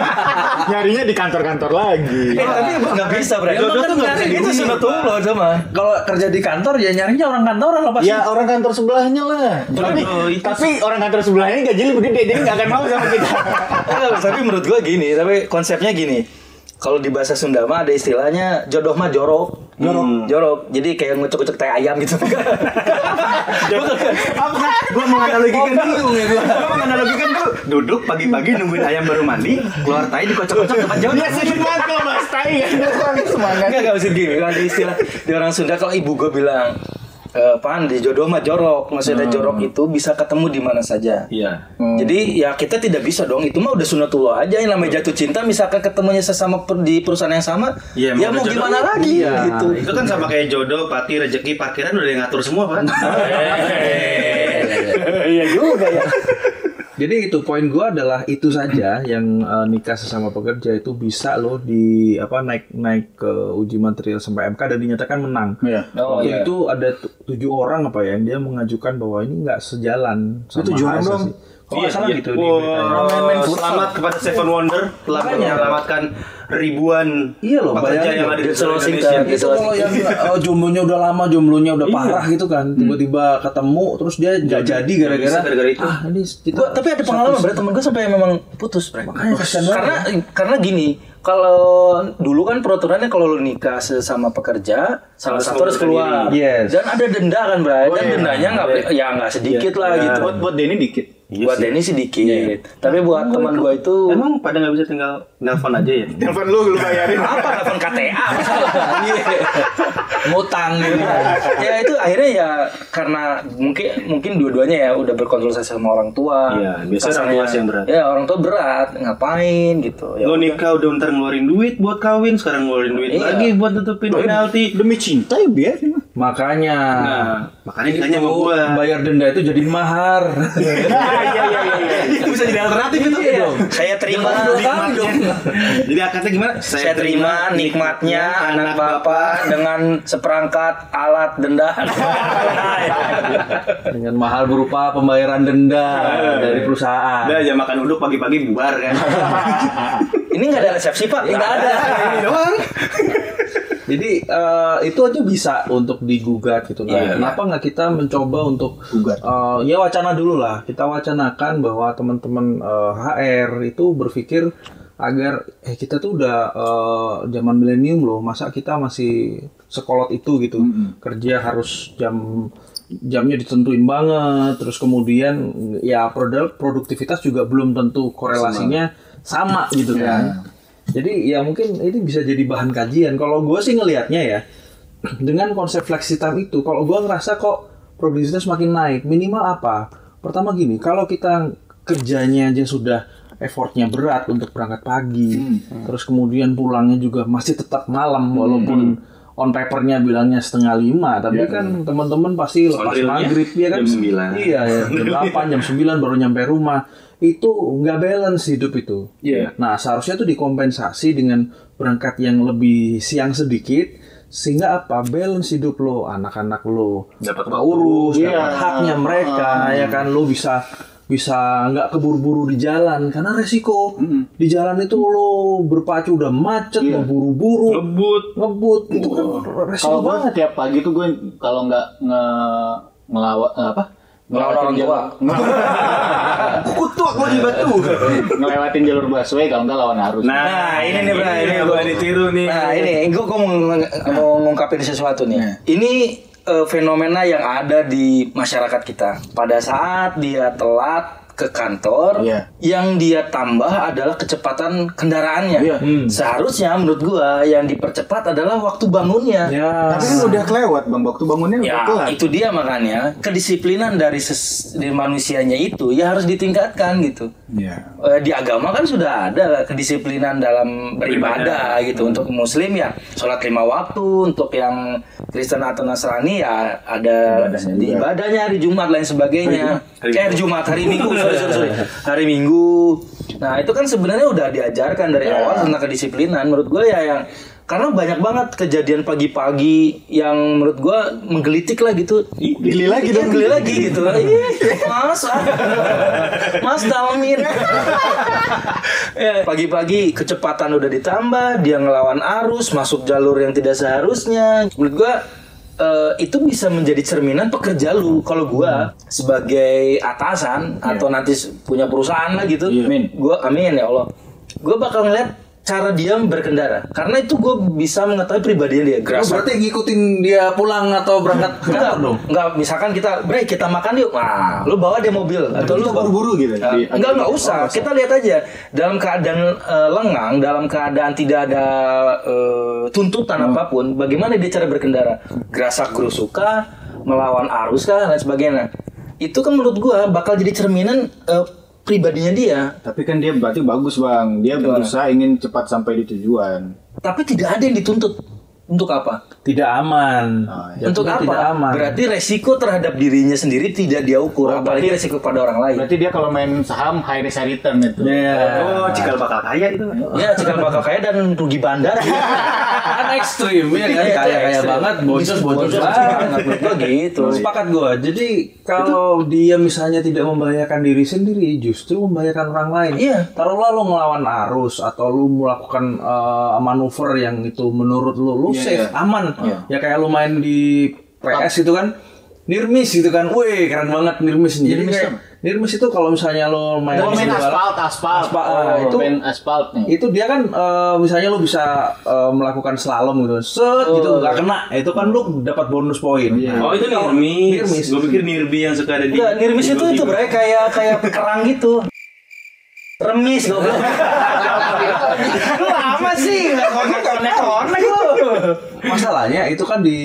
nyarinya di kantor-kantor lagi.
Eh, tapi nggak bisa, Bray.
Jodoh tuh nggak bisa
Itu
diuji,
sunatullah sama.
Kalau kerja di kantor ya nyarinya orang kantoran lah pasti.
Ya orang kantor sebelahnya lah. Tapi tapi orang kantor sebelahnya gajinya lebih gede, jadi nggak akan mau sama kita.
Enggak, tapi menurut gua gini, tapi konsepnya gini. kalau di bahasa Sunda mah ada istilahnya jodoh mah jorok. Jorok. Jorok. Jadi kayak ngocok-ngocok tai ayam gitu.
Gua menganalogikan dulu ya gua. Gua menganalogikan dulu. Duduk pagi-pagi nungguin ayam baru mandi, keluar tai dikocok-kocok tempat jauh. Dia sedih banget kalau bahas tai.
Enggak, enggak maksud gini. Kalau ada istilah di orang Sunda kalau ibu gue bilang Eh, pan di jodoh mah jorok maksudnya jorok itu bisa ketemu di mana
Hmm.
saja
Iya.
Jadi ya kita tidak bisa dong itu mah udah sunatullah aja yang namanya jatuh cinta misalkan ketemunya sesama per- di perusahaan yang sama
Iya, emang
ya
udah
mau
jodoh.
gimana lagi gitu.
Itu kan sama kayak jodoh, pati, rezeki, parkiran udah yang ngatur semua, Pak.
Iya.
Jadi itu poin gua adalah itu saja yang eh, nikah sesama pekerja itu bisa loh di apa naik naik ke uji material sampai MK dan dinyatakan menang.
Iya.
Waktu itu ada tu- tujuh orang apa ya yang dia mengajukan bahwa ini nggak sejalan sama
tujuh orang
HSSI.
doang?
Iya,
Kalau nggak salah gitu di beritanya.
Wow, selamat kepada Seven Wonder telah menyelamatkan ribuan
Iya loh,
pekerja
bayangin
yang
loh,
ada di
di
seluruh
Sulawesi
Indonesia.
Tengah.
itu kalau yang eh, jomblonya udah lama jomblonya udah parah gitu kan tiba-tiba ketemu terus dia nggak jadi gara-gara
bisa gara-gara itu.
ah ini kita
Gua- tapi ada pengalaman berarti temen gue sampai memang putus Bre.
Makanya kasihan banget
karena karena gini kalau dulu kan peraturannya kalau lu nikah sesama pekerja salah satu harus keluar
Yes.
dan ada denda kan Bray dan dendanya nggak ya nggak
Iya.
sedikit lah gitu
Buat buat Denny dikit.
buat Denny Iya sih dikit tapi buat teman gue itu
Emang pada nggak bisa tinggal nelpon aja ya?
Telepon lu lu bayarin.
apa telepon KTA Iya. ngutang gitu ya itu akhirnya ya karena mungkin mungkin dua-duanya ya udah berkonsultasi sama orang tua
Iya, biasanya orang
Kasarnya,
tua sih yang berat.
ya orang tua berat ngapain gitu ya
Lo nikah udah ntar ngeluarin duit buat kawin, sekarang ngeluarin duit
Iya.
lagi buat tutupin penalti.
Demi cinta ya biarin.
makanya
Nah, makanya ditanya sama
Iya.
gua.
bayar denda itu jadi mahar
Itu bisa jadi alternatif itu.
Iya.
saya terima
Iya. Jadi akadnya gimana?
saya terima nikmatnya anak bapak dengan seperangkat alat denda
dengan mahar berupa pembayaran denda dari perusahaan
Udah aja makan uduk pagi-pagi bubar kan.
ini nggak ada resepsi pak nggak ada
Jadi eh, itu aja bisa untuk digugat gitu. Nah, kenapa nggak kita mencoba untuk
Gugat.
eh, ya wacana dulu lah. Kita wacanakan bahwa teman-teman eh, HR itu berpikir agar eh kita tuh udah eh, zaman milenium loh. Masa kita masih sekolot itu gitu. Kerja harus jam jamnya ditentuin banget. Terus kemudian ya produk produktivitas juga belum tentu korelasinya sama, gitu kan. Jadi ya mungkin ini bisa jadi bahan kajian. Kalau gue sih ngelihatnya ya dengan konsep flexi time itu, kalau gue ngerasa kok produktivitas makin naik. Minimal apa? Pertama gini, kalau kita kerjanya aja sudah effortnya berat untuk berangkat pagi,
Hmm.
terus kemudian pulangnya juga masih tetap malam walaupun on papernya bilangnya setengah lima, tapi kan teman-teman pasti lepas
realnya
maghrib ya
Ya.
kan
jam sembilan.
Iya, ya. jam 8, jam 9 baru nyampe rumah. Itu nggak balance hidup itu.
Iya.
Nah, seharusnya itu dikompensasi dengan berangkat yang lebih siang sedikit sehingga apa balance hidup lo anak-anak lo
Dapat Ah.
Lo urus dapat haknya mereka ya kan lo bisa bisa nggak keburu-buru di jalan karena resiko di jalan itu lo berpacu udah macet
Iya.
lo buru-buru
Ngebut.
ngebut itu kan resiko
Kalau gue
banget
tiap pagi tuh gue kalau nggak nge ngelawan eh, apa?
Ngelawan orang tua.
Kutuk lagi batu.
ngelewatin jalur busway kalau nggak lawan arus.
Nah, ini nih, Bray, ini
yang
gua-
boleh ditiru nih.
Nah ini, gue mau, mau ngungkapin sesuatu nih.
Iya.
Ini eh, fenomena yang ada di masyarakat kita. Pada saat dia telat ke kantor,
Iya.
yang dia tambah adalah kecepatan kendaraannya.
Iya.
Seharusnya menurut gua yang dipercepat adalah waktu bangunnya.
Iya. Ya.
Tapi kan udah kelewat bang, waktu bangunnya udah
Ya,
Iya, telat.
itu dia makanya kedisiplinan dari, ses- dari manusianya itu ya harus ditingkatkan gitu.
Iya.
Eh, di agama kan sudah ada kedisiplinan dalam beribadah gitu untuk muslim ya sholat lima waktu untuk yang Kristen atau Nasrani ya ada
Ibadahnya
di
juga.
ibadahnya hari Jumat lain sebagainya
Hari Jumat.
Eh, hari Jumat hari Minggu sorry, sorry, sorry. hari Minggu nah itu kan sebenarnya udah diajarkan dari
Iya.
awal tentang kedisiplinan menurut gue ya yang karena banyak banget kejadian pagi-pagi yang menurut gue menggelitik lah gitu
Geli lagi
Iya,
dong.
geli lagi gitu lah. Iya, Mas, ah. Mas Dalmin. Ya, Pagi-pagi kecepatan udah ditambah, dia ngelawan arus, masuk jalur yang tidak seharusnya. Menurut gua eh, itu bisa menjadi cerminan pekerja lu. Kalau gua sebagai atasan atau nanti punya perusahaan lah gitu,
Amin.
gua amin ya Allah. Gua bakal ngeliat cara dia berkendara karena itu gue bisa mengetahui pribadinya
Oh,
dia gerak
berarti ngikutin dia pulang atau berangkat
Enggak,
kantor dong?
enggak, misalkan kita break kita makan yuk. Wah, lu bawa dia mobil atau lu bawa-
gitu.
Eh, enggak, enggak usah. Kita lihat aja dalam keadaan eh, lengang, dalam keadaan tidak ada eh, tuntutan apapun, bagaimana dia cara berkendara? Gerasak gerusuka, melawan arus kah dan sebagainya. Itu kan menurut gua bakal jadi cerminan eh, pribadinya dia.
Tapi kan dia berarti bagus bang. Dia berusaha ingin cepat sampai di tujuan.
Tapi tidak ada yang dituntut. Untuk apa?
Tidak aman.
Oh, iya.
Untuk
Jatuhnya Ya,
apa?
Tidak aman.
Berarti resiko terhadap dirinya sendiri tidak dia ukur, apalagi resiko pada orang lain.
Berarti dia kalau main saham high risk high return itu.
Iya.
Oh, cikal bakal kaya itu.
Ya, cikal bakal kaya dan rugi bandar. iya,
Kan ekstrim ya kan, kaya-kaya banget, boncos-boncos banget.
Menurut gua gitu.
Iya.
Iya.
Sepakat gua. Jadi kalau dia misalnya tidak membahayakan diri sendiri, justru membahayakan orang lain.
Iya.
Taruhlah lo ngelawan arus atau lo melakukan eh, manuver yang itu menurut lo lo
Iya,
safe, aman. Ya kayak lo main di PS itu kan nirmis gitu kan. Wih, keren banget nirmis nih. Jadi kayak nirmis itu kalau misalnya lo main
Kalau main
di balap-
aspal, aspal, Oh,
Aspal, ah, itu-
main aspal nih.
itu dia kan eh, misalnya lu bisa eh, melakukan slalom gitu set gitu
Oh.
nggak kena itu kan lu dapat bonus poin
iya.
Oh,
Nah,
itu Nirmis. Gue pikir Nirbi yang suka ada di.
Enggak, nirmis
di-
itu
di-
itu
di-
bre kayak kayak kerang gitu. Remis goblok. Lu lama sih enggak konek-konek lu.
masalahnya itu kan di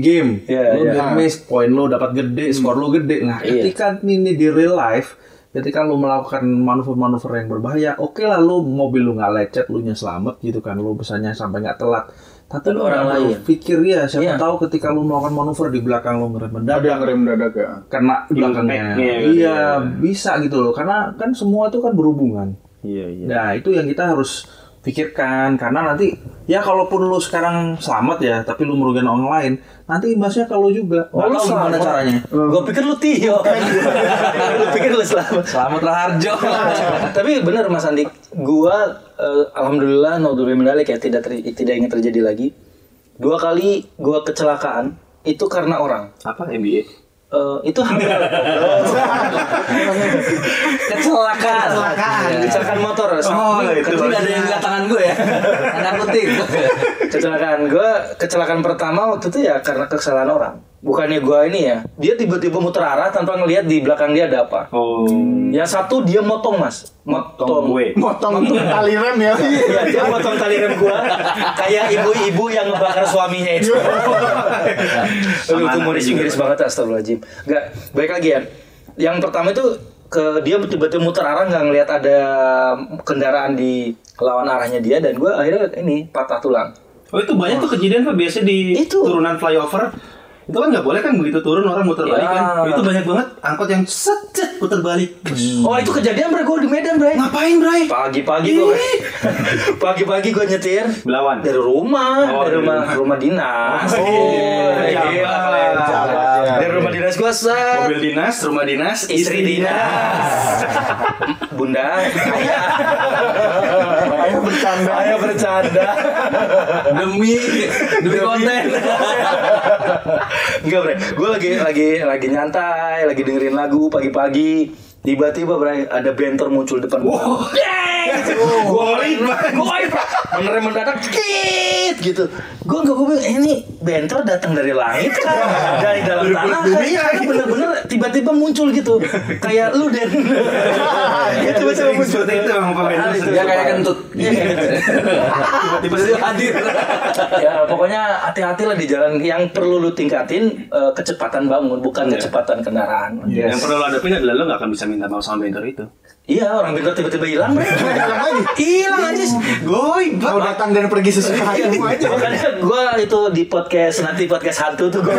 game
Iya, Hmm.
lu miss poin lu dapat gede skor lu gede nah ketika ini di real life ketika lu melakukan manuver-manuver yang berbahaya oke lah lu mobil lu nggak lecet lu nya selamat gitu kan lu bisanya sampai nggak telat tapi lu orang lain pikir ya siapa
Iya.
tahu ketika lu melakukan manuver di belakang lu ngerem mendadak
Ada yang rem dadak ya.
kena di belakangnya.
Impactnya gitu
Iya, bisa gitu loh. Karena kan semua itu kan berhubungan. Iya, iya. Nah, itu yang kita harus pikirkan karena nanti ya kalaupun lu sekarang selamat ya, tapi lu merugikan orang lain, nanti imbasnya kalau juga.
Oh,
Nggak tahu gimana caranya.
Gua pikir lu Tio. Gua pikir lu selamat.
Selamatlah Harjo.
Tapi bener Mas Andi, gua eh, alhamdulillah naudzubillah mendalik ya tidak ter- tidak ingin terjadi lagi. Dua kali gua kecelakaan itu karena orang.
Apa NBA?
Eh, itu hamil. kecelakaan. Kecelakaan. Kecelakaan motor.
Oh,
Ini
itu nggak
kecil
ada
ada
yang
yang
lihat tangan gue ya. Anak putih.
kecelakaan gue kecelakaan pertama waktu itu ya karena kesalahan orang bukannya gue ini ya dia tiba-tiba muter arah tanpa ngelihat di belakang dia ada apa
Oh,
yang satu dia motong mas motong,
gue.
Motong tali rem ya.
Iya, dia motong tali rem gua kayak ibu-ibu yang ngebakar suaminya itu.
Nah,
Aduh, itu Morris Inggris banget astagfirullahaladzim. Enggak, baik lagi ya. Yang pertama itu ke dia tiba-tiba muter arah nggak ngelihat ada kendaraan di lawan arahnya dia dan gua akhirnya ini patah tulang.
Oh itu banyak tuh kejadian pak biasa di
Itu.
turunan flyover itu kan nggak boleh kan begitu turun orang muter balik kan
Ya.
itu banyak banget angkot yang set set puter balik
Oh itu kejadian bre gue di Medan bre.
ngapain bray
Pagi-pagi gue pagi-pagi gue nyetir
belawan
dari rumah
Oh, dari
dari rumah rumah dinas. Oh, iya. Dari rumah dinas gua set.
mobil dinas rumah dinas
istri dinas bunda ayah
Ayo bercanda.
ayah bercanda
Demi demi konten.
enggak bre gue lagi lagi lagi nyantai lagi dengerin lagu pagi-pagi tiba-tiba bre ada bentor muncul depan gue gue ngeliat gue bener mendadak cekit gitu gue nggak gue bilang eh, ini bentor datang dari langit kan dari dalam tanah kan karena
gitu.
bener-bener tiba-tiba muncul gitu kayak lu dan
Ah,
itu tiba-tiba
Iya, Sering
muncul Iya,
seperti Ah, itu emang pak Bendas.
Ya kayak kentut.
tiba-tiba sering hadir
gitu. ya pokoknya hati-hati lah di jalan yang perlu lu tingkatin eh, kecepatan bangun
Iya.
bukan kecepatan kendaraan
yang perlu lo hadapin adalah lo nggak akan bisa minta maaf sama bentor itu
iya orang bentor tiba-tiba hilang bre hilang aja
goy
Kau datang dan pergi sesuai
Iya,
hatimu aja.
makanya gue itu di podcast nanti podcast hantu tuh gue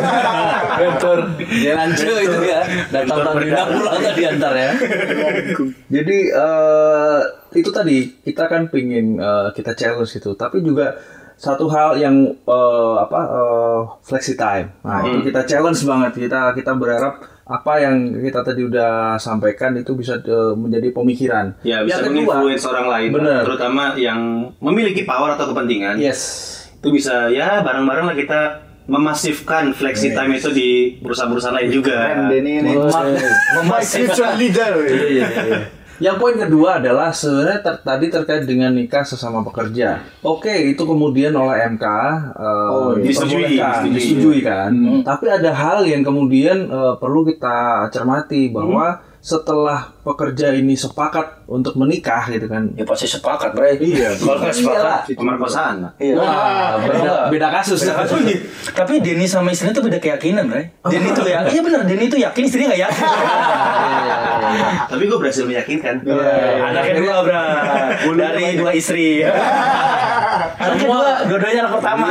bentor
Jalan cuy
gitu
itu ya. Datang
Bentar
tanpa
berdarah.
diundang pulang nggak diantar ya.
Jadi eh, itu tadi kita kan pingin eh, kita challenge gitu, tapi juga satu hal yang eh, apa eh, flexi time. Nah itu
Hmm.
kita challenge banget. Kita kita berharap apa yang kita tadi udah sampaikan itu bisa eh, menjadi pemikiran.
ya bisa
Yang kedua,
menginfluence orang lain
Bener.
terutama yang memiliki power atau kepentingan
Yes.
itu bisa ya bareng-bareng lah kita memasifkan flexi time itu di perusahaan-perusahaan lain juga
Dan ini ini.
memasifkan
leader.
Iya, iya, iya. Yang poin kedua adalah sebenarnya ter- tadi terkait dengan nikah sesama pekerja. Oke, itu kemudian oleh MK eh,
disetujui,
diperbolehkan,
disetujui.
disetujui kan. Tapi ada hal yang kemudian eh, perlu kita cermati bahwa setelah pekerja ini sepakat untuk menikah gitu kan.
Ya pasti sepakat, Bre. Iya. Kalau nggak
Iyalah.
sepakat,
pemerkosaan lah.
Iya.
Wah, beda, beda kasus. Iya,
Tapi Denny sama istrinya tuh beda keyakinan, Bre. Denny tuh ya, iya bener, Denny tuh yakin istrinya nggak yakin.
Tapi gue berhasil meyakinkan.
iya.
Anaknya dua, Bro. Dari dua istri. Anak kedua, dua-duanya anak pertama.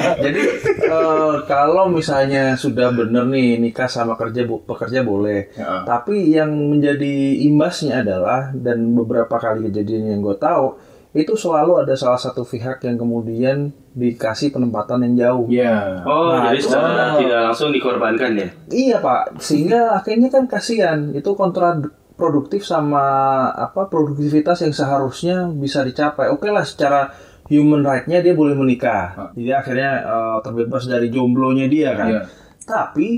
Jadi eh, kalau misalnya sudah bener nih nikah sama kerja bu- pekerja boleh, tapi yang menjadi imbasnya adalah dan beberapa kali kejadian yang gue tahu itu selalu ada salah satu pihak yang kemudian dikasih penempatan yang jauh.
Iya.
Oh,
Nah,
jadi
itu-
secara tidak langsung dikorbankan ya?
Iya pak, sehingga akhirnya kan kasihan itu kontraproduktif sama apa produktivitas yang seharusnya bisa dicapai. Oke lah secara human right-nya dia boleh
Ah.
menikah, jadi akhirnya eh, terbebas dari jomblonya dia kan.
Iya.
Tapi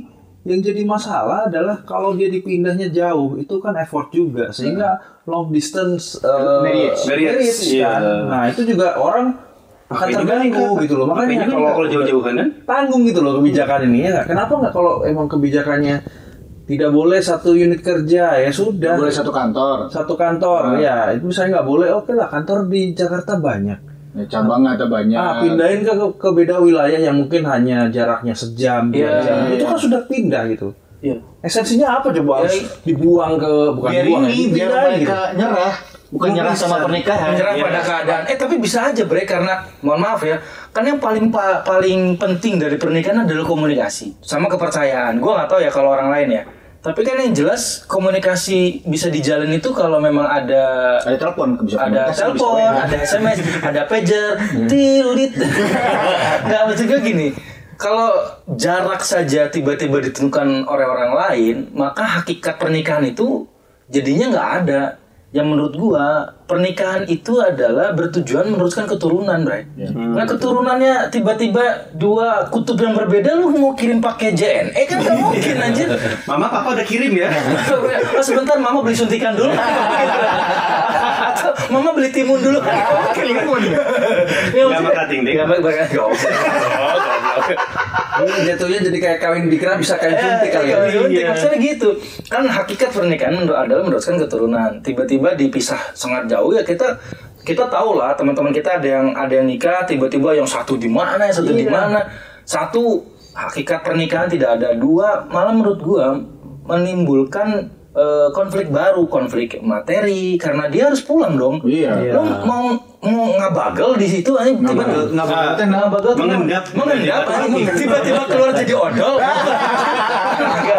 yang jadi masalah adalah kalau dia dipindahnya jauh itu kan effort juga sehingga long distance eh,
Marriage.
marriage,
Ah. Marriage,
kan.
iya.
Nah itu juga orang akan
Makanya
terganggu
juga- kan-
gitu loh makanya
juga kalau jauh-jauhan kan?
tanggung gitu loh kebijakan ini ya nggak? kenapa nggak kalau emang kebijakannya tidak boleh satu unit kerja ya sudah
Boleh satu kantor.
satu kantor ya itu misalnya nggak boleh oke lah kantor di Jakarta banyak
Ya, cabang ada banyak.
ah pindahin ke ke beda wilayah yang mungkin hanya jaraknya sejam dua jam. itu kan sudah pindah gitu esensinya apa coba harus dibuang ke bukan
biar
dibuang
ini biar
dipindahin gitu.
mereka nyerah bukan nyerah sama pernikahan
Menyerah pada keadaan. Eh tapi bisa aja bre karena mohon maaf ya. Karena yang paling pa- paling penting dari pernikahan adalah komunikasi sama kepercayaan. Gua nggak tahu ya kalau orang lain ya. Tapi kan yang jelas komunikasi bisa dijalin itu kalau memang ada
Ada telepon bisa
ada
komunikasi, bisa Hmm.
telepon,
WA.
ada SMS, ada pager, tilit. Nggak maksud gue gini. Kalau jarak saja tiba-tiba ditentukan oleh orang lain, maka hakikat pernikahan itu jadinya nggak ada. Yang menurut gua pernikahan itu adalah bertujuan meneruskan keturunan, Bray.
Ya.
Nah keturunannya tiba-tiba dua kutub yang berbeda, lu mau kirim pakai JNE kan nggak mungkin anjir.
Mama, papa udah kirim ya?
Oh, sebentar mama beli suntikan dulu Atau mama beli timun dulu Oke timun ya
Gak
maksudnya-
bakal ting deh.
Nggak bakal- bakal- nggak usah.
Ini jatuhnya jadi kayak kawin dikira bisa kayak suntik
Eh,
kali
iya,
ya
iya, suntik. Maksudnya gitu Kan hakikat pernikahan menurut- adalah meneruskan keturunan Tiba-tiba dipisah sangat jauh ya kita kita tahu lah teman-teman kita ada yang ada yang nikah tiba-tiba yang satu di mana satu
Iya.
di mana satu hakikat pernikahan tidak ada dua malah menurut gua menimbulkan eh, konflik baru, konflik materi karena dia harus pulang dong.
Iya.
Lo mau mau ngabagel di situ eh, aja tiba
Ngabagel teh nah.
ngabagel
Mengendap.
mengendap aja. tiba-tiba keluar jadi odol.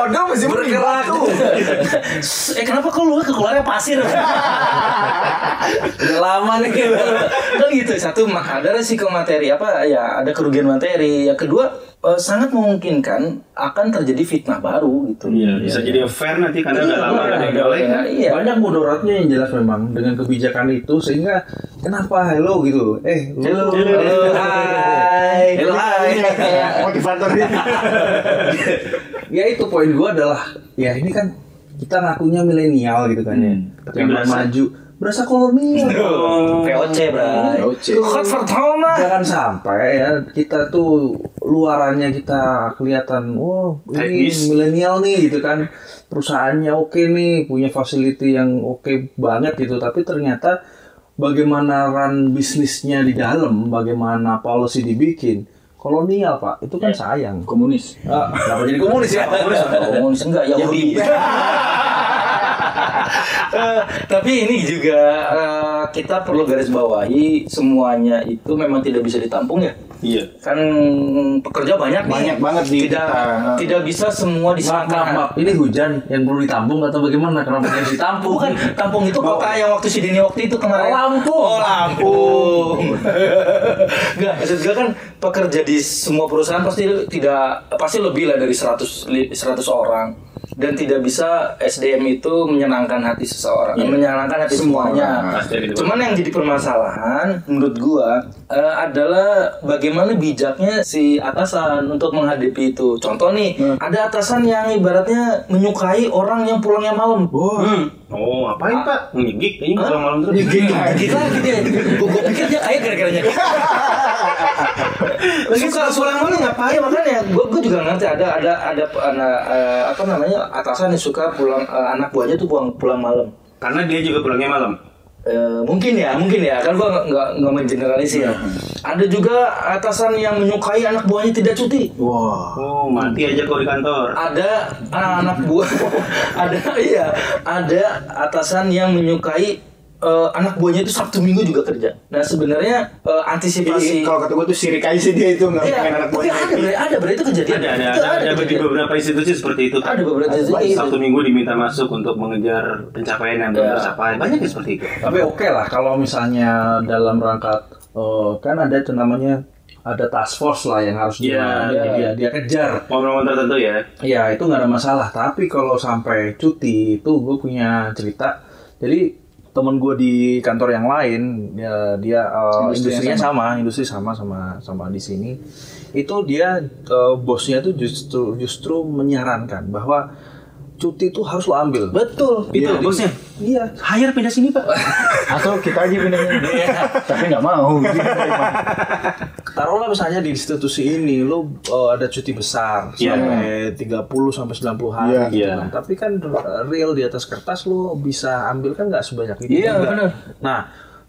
Odol masih bergerak tuh
gitu.
eh kenapa keluar keluarnya pasir? Udah lama nih kan gitu satu mak- ada resiko materi apa ya ada kerugian materi yang kedua eh, sangat memungkinkan akan terjadi fitnah baru gitu.
Iya, bisa jadi affair nanti karena udah lama gak ada gawe
Ya,
kan?
iya.
Banyak mudaratnya yang jelas memang dengan kebijakan itu sehingga kenapa hello gitu. Eh, hello. Hello. Hai. Hello. Hai.
motivator gitu
ya itu poin gua adalah ya ini kan kita ngakunya milenial gitu kan ya. Tapi berasa maju berasa kolonial.
Oh,
VOC, Bray.
VOC.
kan
Cut for trauma.
Jangan sampai ya kita tuh luarannya kita kelihatan wow ini
Teknis.
milenial nih gitu kan perusahaannya oke nih punya facility yang oke banget gitu tapi ternyata bagaimana run bisnisnya di dalam bagaimana policy dibikin kolonial pak itu kan sayang
Komunis.
Ah, kenapa jadi komunis ya
Komunis enggak
ya
Yahudi. Eh, Tapi ini juga eh, kita perlu garis bawahi semuanya itu memang tidak bisa ditampung ya.
Iya.
Kan pekerja banyak nih.
Banyak banget di
Tidak
kita. Nah,
tidak bisa
Maaf, maaf,
semua disangkakan.
maaf. Ini hujan yang perlu ditampung atau bagaimana? Kenapa harus ditampung?
Bukan tampung itu kota yang waktu si Dini waktu itu kemarin.
Lampung.
Oh Lampung. Enggak, maksud gue kan pekerja di semua perusahaan pasti tidak pasti lebih lah dari 100 li- 100 orang. dan tidak bisa SDM itu menyenangkan hati seseorang, menyenangkan hati semuanya. Cuman yang jadi permasalahan menurut gua eh, adalah bagaimana bijaknya si atasan untuk menghadapi itu. Contoh nih, ada atasan yang ibaratnya menyukai orang yang pulangnya malam. Hmm.
Oh, ngapain Pak? Ngigik ini malam malam terus.
Gitu lah gitu ya. Gua gua pikir dia kaya gara-garanya. Lagi suka pulang malam ngapain? Iya makanya gua gua juga ngerti ada ada ada anak eh, apa namanya atasan yang suka pulang eh, anak buahnya tuh pulang pulang malam.
Karena dia juga pulangnya malam.
Eh, mungkin ya, mungkin ya. Kan gua nggak- nggak nggak mengeneralisir ya. Ada juga atasan yang menyukai anak buahnya tidak cuti.
Oh, mati aja kok di kantor.
ada anak-anak buah ada iya ada atasan yang menyukai eh, anak buahnya itu sabtu minggu juga kerja nah sebenarnya eh, antisipasi
Kalau kata gue tuh sirik aja sih dia itu nggak
Iya,
pengen anak
tapi
buahnya.
ada bre, ada bre itu kejadian
Ada ada
Itu
ada, ada di
kejadian.
beberapa institusi seperti itu.
Ada beberapa institusi.
Sabtu minggu diminta masuk untuk mengejar pencapaian yang belum tercapai. Banyak yang seperti itu.
Tapi oke lah kalau misalnya dalam rangka eh, kan ada itu namanya ada task force lah yang harus dia-
Iya.
dia, dia, dia kejar.
Momen-momen tertentu ya.
Ya itu nggak ada masalah. Tapi kalau sampai cuti itu gue punya cerita. Jadi temen gue di kantor yang lain ya, dia eh, industrinya sama. industri sama sama sama di sini. Itu dia eh, bosnya tuh justru justru menyarankan bahwa cuti itu harus lo ambil.
betul
Itu bosnya.
Iya, hire pindah sini pak.
Atau kita aja pindahin. Tapi nggak mau.
taruhlah misalnya di institusi ini lu uh, ada cuti besar
Iya.
sampai 30 sampai 90 hari
Iya.
gitu
Iya.
kan. Tapi kan uh, real di atas kertas lu bisa ambil kan nggak sebanyak itu.
Iya,
juga.
benar.
Nah,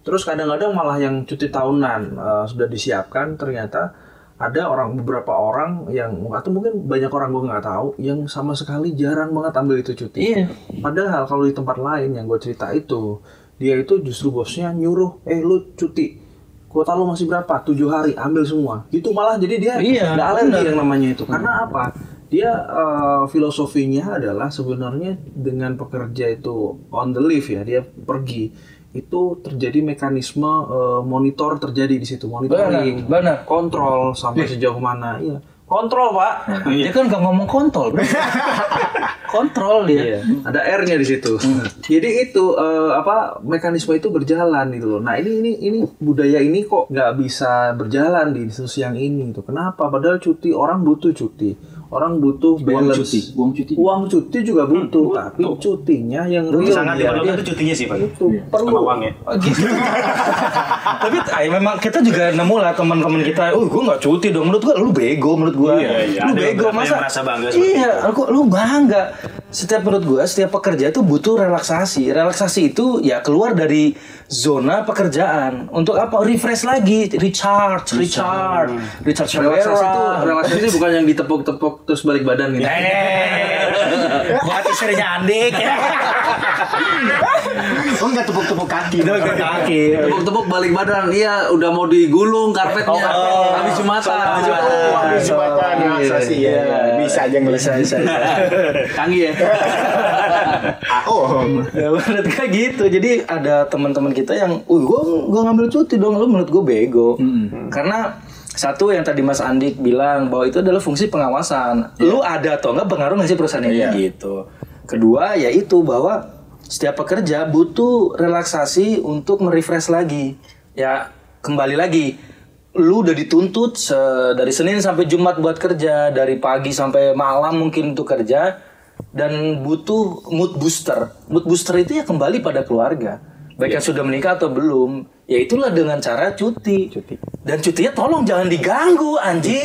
terus kadang-kadang malah yang cuti tahunan uh, sudah disiapkan ternyata ada orang beberapa orang yang atau mungkin banyak orang gue nggak tahu yang sama sekali jarang banget ambil itu cuti.
Iya.
Padahal kalau di tempat lain yang gue cerita itu, dia itu justru bosnya nyuruh, eh lu cuti. Kuota lu masih berapa? Tujuh hari, ambil semua. Itu malah jadi dia
Iya, Hmm.
nggak alergi yang namanya itu. Karena apa? Dia eh, filosofinya adalah sebenarnya dengan pekerja itu on the leave ya, dia pergi itu terjadi mekanisme eh, monitor terjadi di situ monitoring,
Benar, benar.
kontrol sampai sejauh mana, iya kontrol pak,
dia kan nggak ngomong kontol bro. kontrol
Iya.
dia
Iya. ada R-nya di situ.
Hmm.
Jadi itu eh, apa mekanisme itu berjalan gitu loh. Nah ini ini ini budaya ini kok nggak bisa berjalan di institusi yang ini itu. Kenapa? Padahal cuti orang butuh cuti, orang butuh balance.
cuti, uang cuti.
Uang cuti juga butuh, tapi cutinya yang real.
Sangat
dia-
diperlukan itu cutinya
Iya.
sih pak.
itu perlu
Sama uang ya.
Oh, gitu. tapi ay, memang kita juga nemu lah teman-teman kita oh gue nggak cuti dong menurut gue lu bego menurut gue
Iya, iya.
lu
Ada
bego
beberapa yang
masa
merasa bangga seperti
iya aku lu bangga setiap menurut gue setiap pekerja itu butuh relaksasi relaksasi itu ya keluar dari zona pekerjaan untuk apa refresh lagi recharge recharge recharge
Relaksasi
Herrera.
itu relaksasi itu bukan yang ditepuk-tepuk terus balik badan gitu.
Eh, gua hati istrinya andik
Oh nggak tepuk-tepuk kaki.
kaki
Tepuk-tepuk balik badan. Iya, udah mau digulung karpetnya. habis jumatan.
Ah,
Oh, Habis
iya.
jembatan relaksasi ya. Bisa aja ngelis.
Canggih ya.
Ah,
Oh,
Ya menurut gue gitu. Jadi ada teman-teman kita yang, "Uh, gua gua ngambil cuti dong. Lu menurut gue bego." Karena satu yang tadi Mas Andik bilang bahwa itu adalah fungsi pengawasan. Lu ada atau enggak pengaruh nggak sih perusahaan ini gitu. Kedua yaitu bahwa setiap pekerja butuh relaksasi untuk merefresh lagi. Ya kembali lagi lu udah dituntut se- dari Senin sampai Jumat buat kerja, dari pagi sampai malam mungkin untuk kerja dan butuh mood booster. Mood booster itu ya kembali pada keluarga. Baik yang sudah menikah atau belum, ya itulah dengan cara cuti. Dan cutinya tolong jangan diganggu anjing.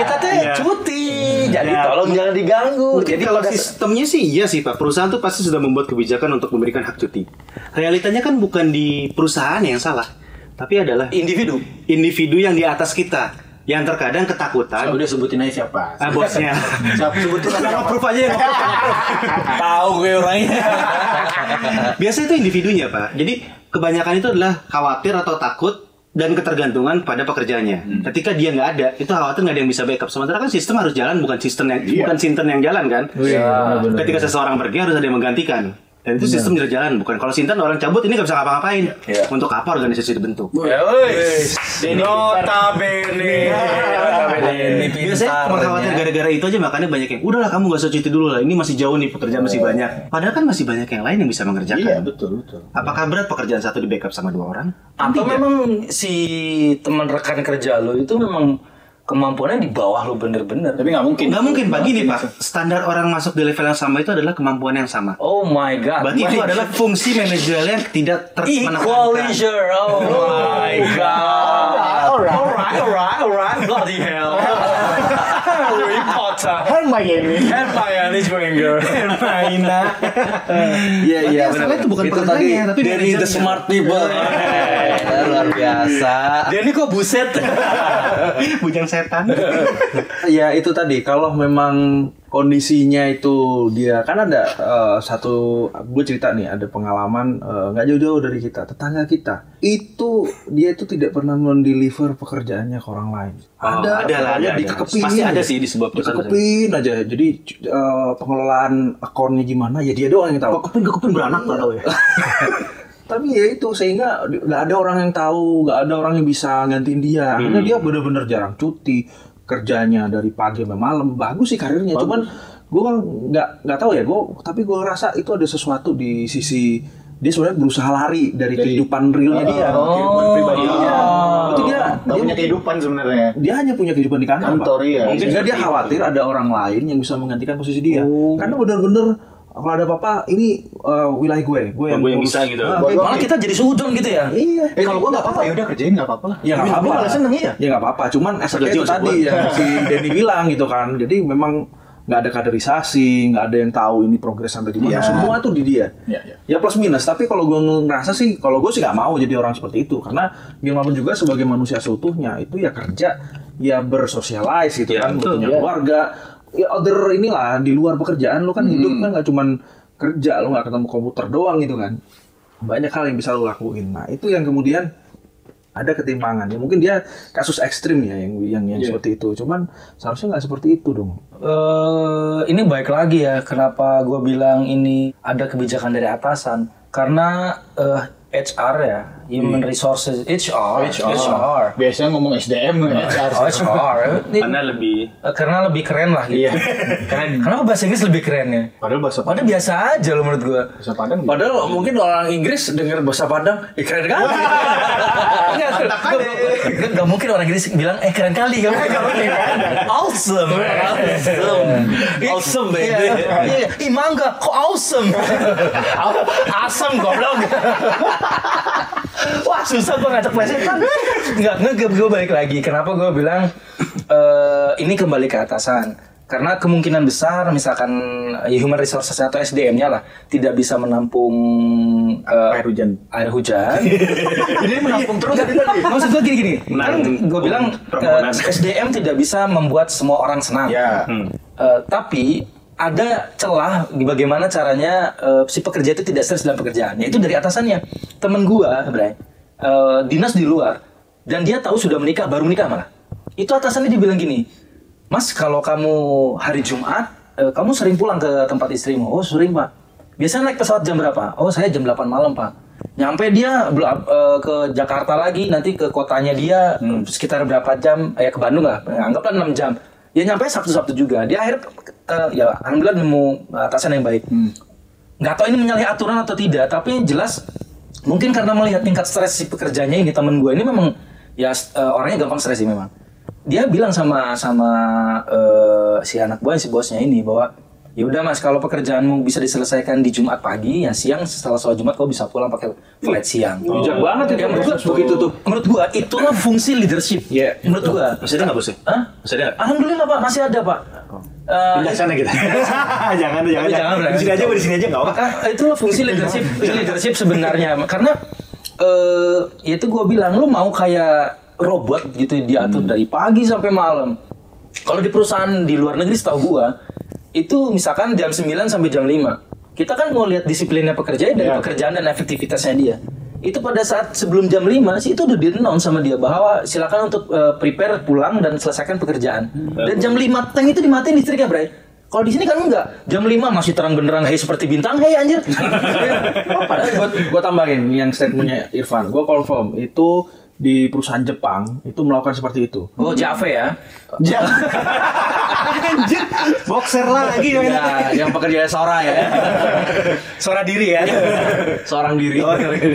Kita teh cuti. Jadi tolong jangan diganggu.
Jadi
Jadi
kalau
pada-
sistemnya sih iya sih Pak. Perusahaan tuh pasti sudah membuat kebijakan untuk memberikan hak cuti. Realitanya kan bukan di perusahaan yang salah, tapi adalah
individu.
individu yang di atas kita yang terkadang ketakutan
udah sebutin aja siapa.
ah, bosnya.
Siapa sebutin aja.
Proof aja ya. yang
Tahu gue orangnya.
Biasanya itu individunya, Pak. Jadi kebanyakan itu adalah khawatir atau takut dan ketergantungan pada pekerjaannya.
Hmm.
Ketika dia nggak ada, itu khawatir nggak ada yang bisa backup. Sementara kan sistem
Iya.
harus jalan, bukan sistem yang bukan sistem yang jalan kan. Ketika seseorang pergi harus ada yang menggantikan. Dan itu sistem sudah jalan, bukan kalau Sintan orang cabut ini nggak bisa ngapa-ngapain.
Iya.
Untuk apa organisasi dibentuk?
Iya.
Notabene.
Ini
Iya, Biasanya mengkhawatir
ya.
gara-gara itu aja makanya banyak yang udahlah kamu gak usah cuti dulu lah ini masih jauh nih pekerjaan masih
Iya.
banyak padahal kan masih banyak yang lain yang bisa mengerjakan
Iya, betul, betul.
apakah berat pekerjaan satu di backup sama dua orang
Atau memang si teman rekan kerja lo itu memang kemampuannya di bawah lo bener-bener.
Tapi nggak mungkin.
nggak mungkin pak gini pak standar orang masuk di level yang sama itu adalah kemampuan yang sama
Oh my god.
berarti itu adalah fungsi manajerial yang tidak ter- menekankan
Equalizer. Oh my god.
Alright.
Alright, alright, alright. Bloody hell. Harry Potter.
Hermione.
Hermione Granger. Hermione.
Iya iya
Tapi masalahnya itu bukan pekerjaannya,
ya,
tapi
dari
manajernya.
the smart people. Eh, Luar biasa.
Dia ini Iya. kok buset.
bujang setan
Ya itu tadi kalau memang kondisinya itu dia kan ada eh, satu gue cerita nih ada pengalaman eh, nggak jauh-jauh dari kita tetangga kita itu dia itu tidak pernah mendeliver pekerjaannya ke orang lain
Oh, ada lah,
pokoknya
ada, ada.
dikekepin
Pasti
aja.
ada sih di sebuah perusahaan.
dikekepin aja jadi eh, pengelolaan akunnya gimana ya dia doang yang tahu
kepin kepin beranak nggak tahu ya
tapi ya itu sehingga di- nggak ada orang yang tahu nggak ada orang yang bisa gantiin dia akhirnya
Hmm.
dia bener-bener jarang cuti kerjanya dari pagi sampai malam bagus sih karirnya cuman gue nggak nggak tahu ya gue tapi gue rasa itu ada sesuatu di sisi dia sebenarnya berusaha lari dari, kehidupan
Iya,
realnya dia
kehidupan pribadinya.
Berarti dia-
Nggak
dia-
punya kehidupan sebenarnya.
dia hanya punya kehidupan di kantor
Kantor,
Pak.
iya. Oh.
mungkin sehingga dia khawatir ada orang lain yang bisa menggantikan posisi dia karena bener-bener kalau ada apa-apa ini eh, wilayah gue
Oh,
gue yang,
gue yang
ngurus.
bisa gitu.
Ah,
Buat
gue-
Malah kita jadi sudon gitu ya.
iya
Eh, kalau gua nggak apa-apa ya udah kerjain nggak apa-apa lah.
Ya nggak
Tapi
apa-apa.
Gua malah seneng iya.
Ya nggak apa-apa. Cuman efeknya
Gaji
itu
masih
tadi
ya.
yang si Denny bilang gitu kan. Jadi memang nggak ada kaderisasi, nggak ada yang tahu ini progres sampai gimana. Semua tuh di dia.
Iya, iya.
Ya plus minus. Tapi kalau gue ngerasa sih, kalau gue sih nggak mau jadi orang seperti itu. Karena gimana pun juga sebagai manusia seutuhnya itu ya kerja, ya bersosialis gitu kan, punya keluarga. Ya other inilah di luar pekerjaan lu kan hidup kan nggak cuman kerja lu nggak ketemu komputer doang gitu kan banyak hal yang bisa lo lakuin nah itu yang kemudian ada ketimpangan ya mungkin dia kasus ekstrim ya yang yang, yang seperti itu cuman seharusnya nggak seperti itu dong
eh ini baik lagi ya kenapa gue bilang ini ada kebijakan dari atasan karena eh, HR ya human
Hmm.
resources HR HR HR,
Biasanya ngomong SDM HR.
Oh, Ini,
karena lebih
eh, karena lebih keren lah gitu
Iya.
karena bahasa Inggris lebih keren ya
Padahal bahasa
padahal biasa aja loh menurut gue
bahasa Padang gitu.
Padahal mungkin orang Inggris dengar bahasa Padang, eh keren kali. Enggak, enggak, enggak, enggak mungkin orang Inggris bilang, eh keren kali. Enggak mungkin, enggak mungkin. Awesome. Awesome. Awesome, baby. Iya, Ih, mangga, kok awesome? awesome, goblok. Wah, susah gue ngajak plesetan. Enggak, enggak, gue balik lagi. Kenapa gue bilang, eh, ini kembali ke atasan. Karena kemungkinan besar misalkan eh, human resources atau SDM-nya lah tidak bisa menampung eh,
air hujan.
air hujan.
Jadi menampung terus dari
Nggak,
tadi.
Maksud gue gini gini. Kan
Menampung
gue bilang
permohonan.
eh, SDM tidak bisa membuat semua orang senang.
Ya.
Eh, tapi ada celah bagaimana caranya eh, si pekerja itu tidak stres dalam pekerjaan. Yaitu dari atasannya. Temen gua, Bray, eh, dinas di luar dan dia tahu sudah menikah, baru menikah malah. Itu atasannya dibilang gini, Mas kalau kamu hari Jumat, eh, kamu sering pulang ke tempat istrimu? Oh sering pak. Biasanya naik pesawat jam berapa? Oh saya jam 8 malam pak. Nyampe dia bel- eh, ke Jakarta lagi, nanti ke kotanya dia eh, sekitar berapa jam? Eh ke Bandung lah, anggaplah 6 jam ya nyampe sabtu-sabtu juga dia akhirnya eh, ya alhamdulillah nemu atasan yang baik nggak tahu ini menyalahi aturan atau tidak tapi yang jelas mungkin karena melihat tingkat stres si pekerjanya ini temen gue ini memang ya s- eh, orangnya gampang stres sih memang dia bilang sama sama eh, si anak gue si bosnya ini bahwa ya udah mas kalau pekerjaanmu bisa diselesaikan di Jumat pagi ya siang setelah sholat Jumat kau bisa pulang pakai flight siang bijak banget itu menurut gua, begitu tuh menurut gua itulah fungsi leadership
Iya.
menurut gua
masih ada nggak bos ya
Hah?
masih ada nggak
Alhamdulillah Pak, masih ada Pak. Eh,
Pindah sana kita jangan jangan
jangan,
di sini aja gue di sini aja nggak apa
maka itu Ah, fungsi leadership leadership sebenarnya karena eh ya itu gue bilang lu mau kayak robot gitu diatur
Hmm.
dari pagi sampai malam kalau di perusahaan di luar negeri setahu gue itu misalkan jam 9 sampai jam 5 kita kan mau lihat disiplinnya
Ya.
pekerjaan dan pekerjaan dan efektivitasnya dia itu pada saat sebelum jam 5 sih itu udah di announce sama dia
Hmm.
bahwa silakan untuk eh, prepare pulang dan selesaikan pekerjaan dan jam 5 teng itu dimatiin listriknya bray Kalau di sini kan enggak. Jam 5 masih terang benderang hei seperti bintang hei anjir. Apa?
Tapi buat gue tambahin yang statementnya Irfan. Gue confirm itu di perusahaan Jepang itu melakukan seperti itu.
Oh, Jave ya.
Boxer lagi
Ya, yang pekerjaannya seorang ya.
Suara diri ya. Oh, iya,
seorang diri.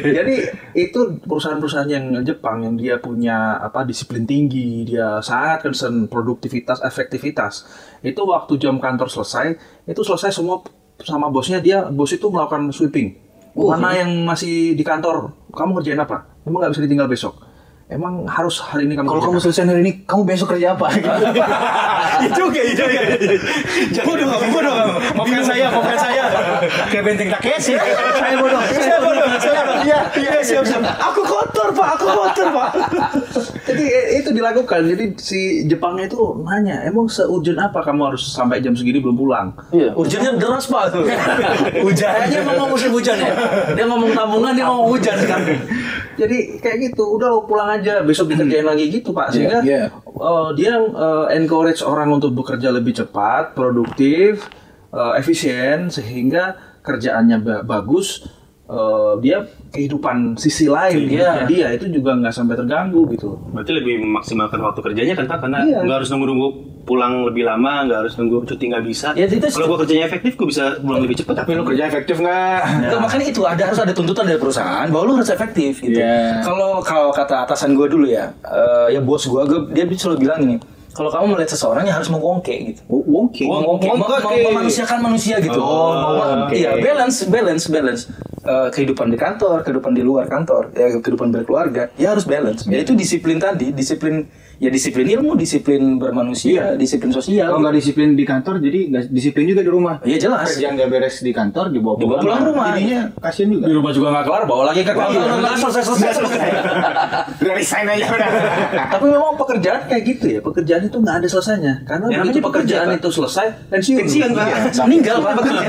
Jadi itu perusahaan-perusahaan yang Jepang yang dia punya apa disiplin tinggi, dia sangat concern produktivitas, efektivitas. Itu waktu jam kantor selesai, itu selesai semua sama bosnya dia bos itu melakukan sweeping.
Oh,
Mana
iya.
yang masih di kantor, kamu kerjain apa? Emang nggak bisa ditinggal besok. Emang harus hari ini kamu
Kalau kamu
kerjakan?
selesai hari ini, kamu besok kerja apa? itu juga, itu juga. Bodoh kamu, bodoh kamu. Maafkan saya, maafkan saya. Kayak benteng Takeshi. Saya bodoh, saya bodoh, saya bodoh. Iya, iya, siap, siap. Aku kotor, Pak. Aku kotor, Pak.
Jadi eh, itu dilakukan. Jadi si Jepangnya itu nanya, emang seurgent apa kamu harus sampai jam segini belum pulang?
Hujannya deras, Pak. Hujan. Kayaknya emang mau musim hujan ya. Dia ngomong tambungan, dia ngomong hujan sekarang.
kan? Jadi kayak gitu, udah lo pulang aja, besok dikerjain lagi gitu pak. Sehingga
Iya, iya.
eh, dia eh, encourage orang untuk bekerja lebih cepat, produktif, eh, efisien, sehingga kerjaannya ba- bagus. eh, dia kehidupan ya. sisi lain hidupnya dia itu juga nggak sampai terganggu gitu.
Berarti lebih memaksimalkan waktu kerjanya kan Pak karena
Iya.
nggak harus nunggu-nunggu pulang lebih lama, nggak harus nunggu cuti nggak bisa.
Ya, itu-
Kalau gua kerjanya efektif, gua bisa pulang lebih cepat.
Tapi lu kerja efektif nggak?
Nggak, makanya itu ada harus ada tuntutan dari perusahaan bahwa lu harus efektif gitu.
Iya.
Kalau kalau kata atasan gue dulu ya, eh, ya bos gue, dia selalu bilang ini, kalau kamu melihat seseorang ya harus mengongke gitu.
Wongki.
Wong- Wongke, mem- mem- memanusiakan manusia gitu. Mem-
oke.
Iya, balance, balance, balance. Eh, kehidupan di kantor, kehidupan di luar kantor, ya kehidupan berkeluarga, ya harus balance. Ya itu disiplin tadi, disiplin ya disiplin ilmu, disiplin bermanusia, disiplin sosial.
Kalau nggak disiplin di kantor, jadi nggak disiplin juga di rumah.
Iya, jelas.
Kerja nggak beres di kantor, dibawa
Dibawa
pulang.
pulang rumah.
Jadinya kasihan juga.
Di rumah juga nggak kelar, bawa lagi ke
Nggak, nggak,
kantor.
nggak, selesai, selesai, selesai.
Udah resign aja udah.
Nah, Tapi memang pekerjaan kayak gitu ya, pekerjaan itu nggak ada selesainya. Karena
Ya,
begitu
namanya pekerja,
pekerjaan
Pak.
itu selesai, pensiun. Iya,
Pensiun, Pak.
Meninggal Pak, bekerja.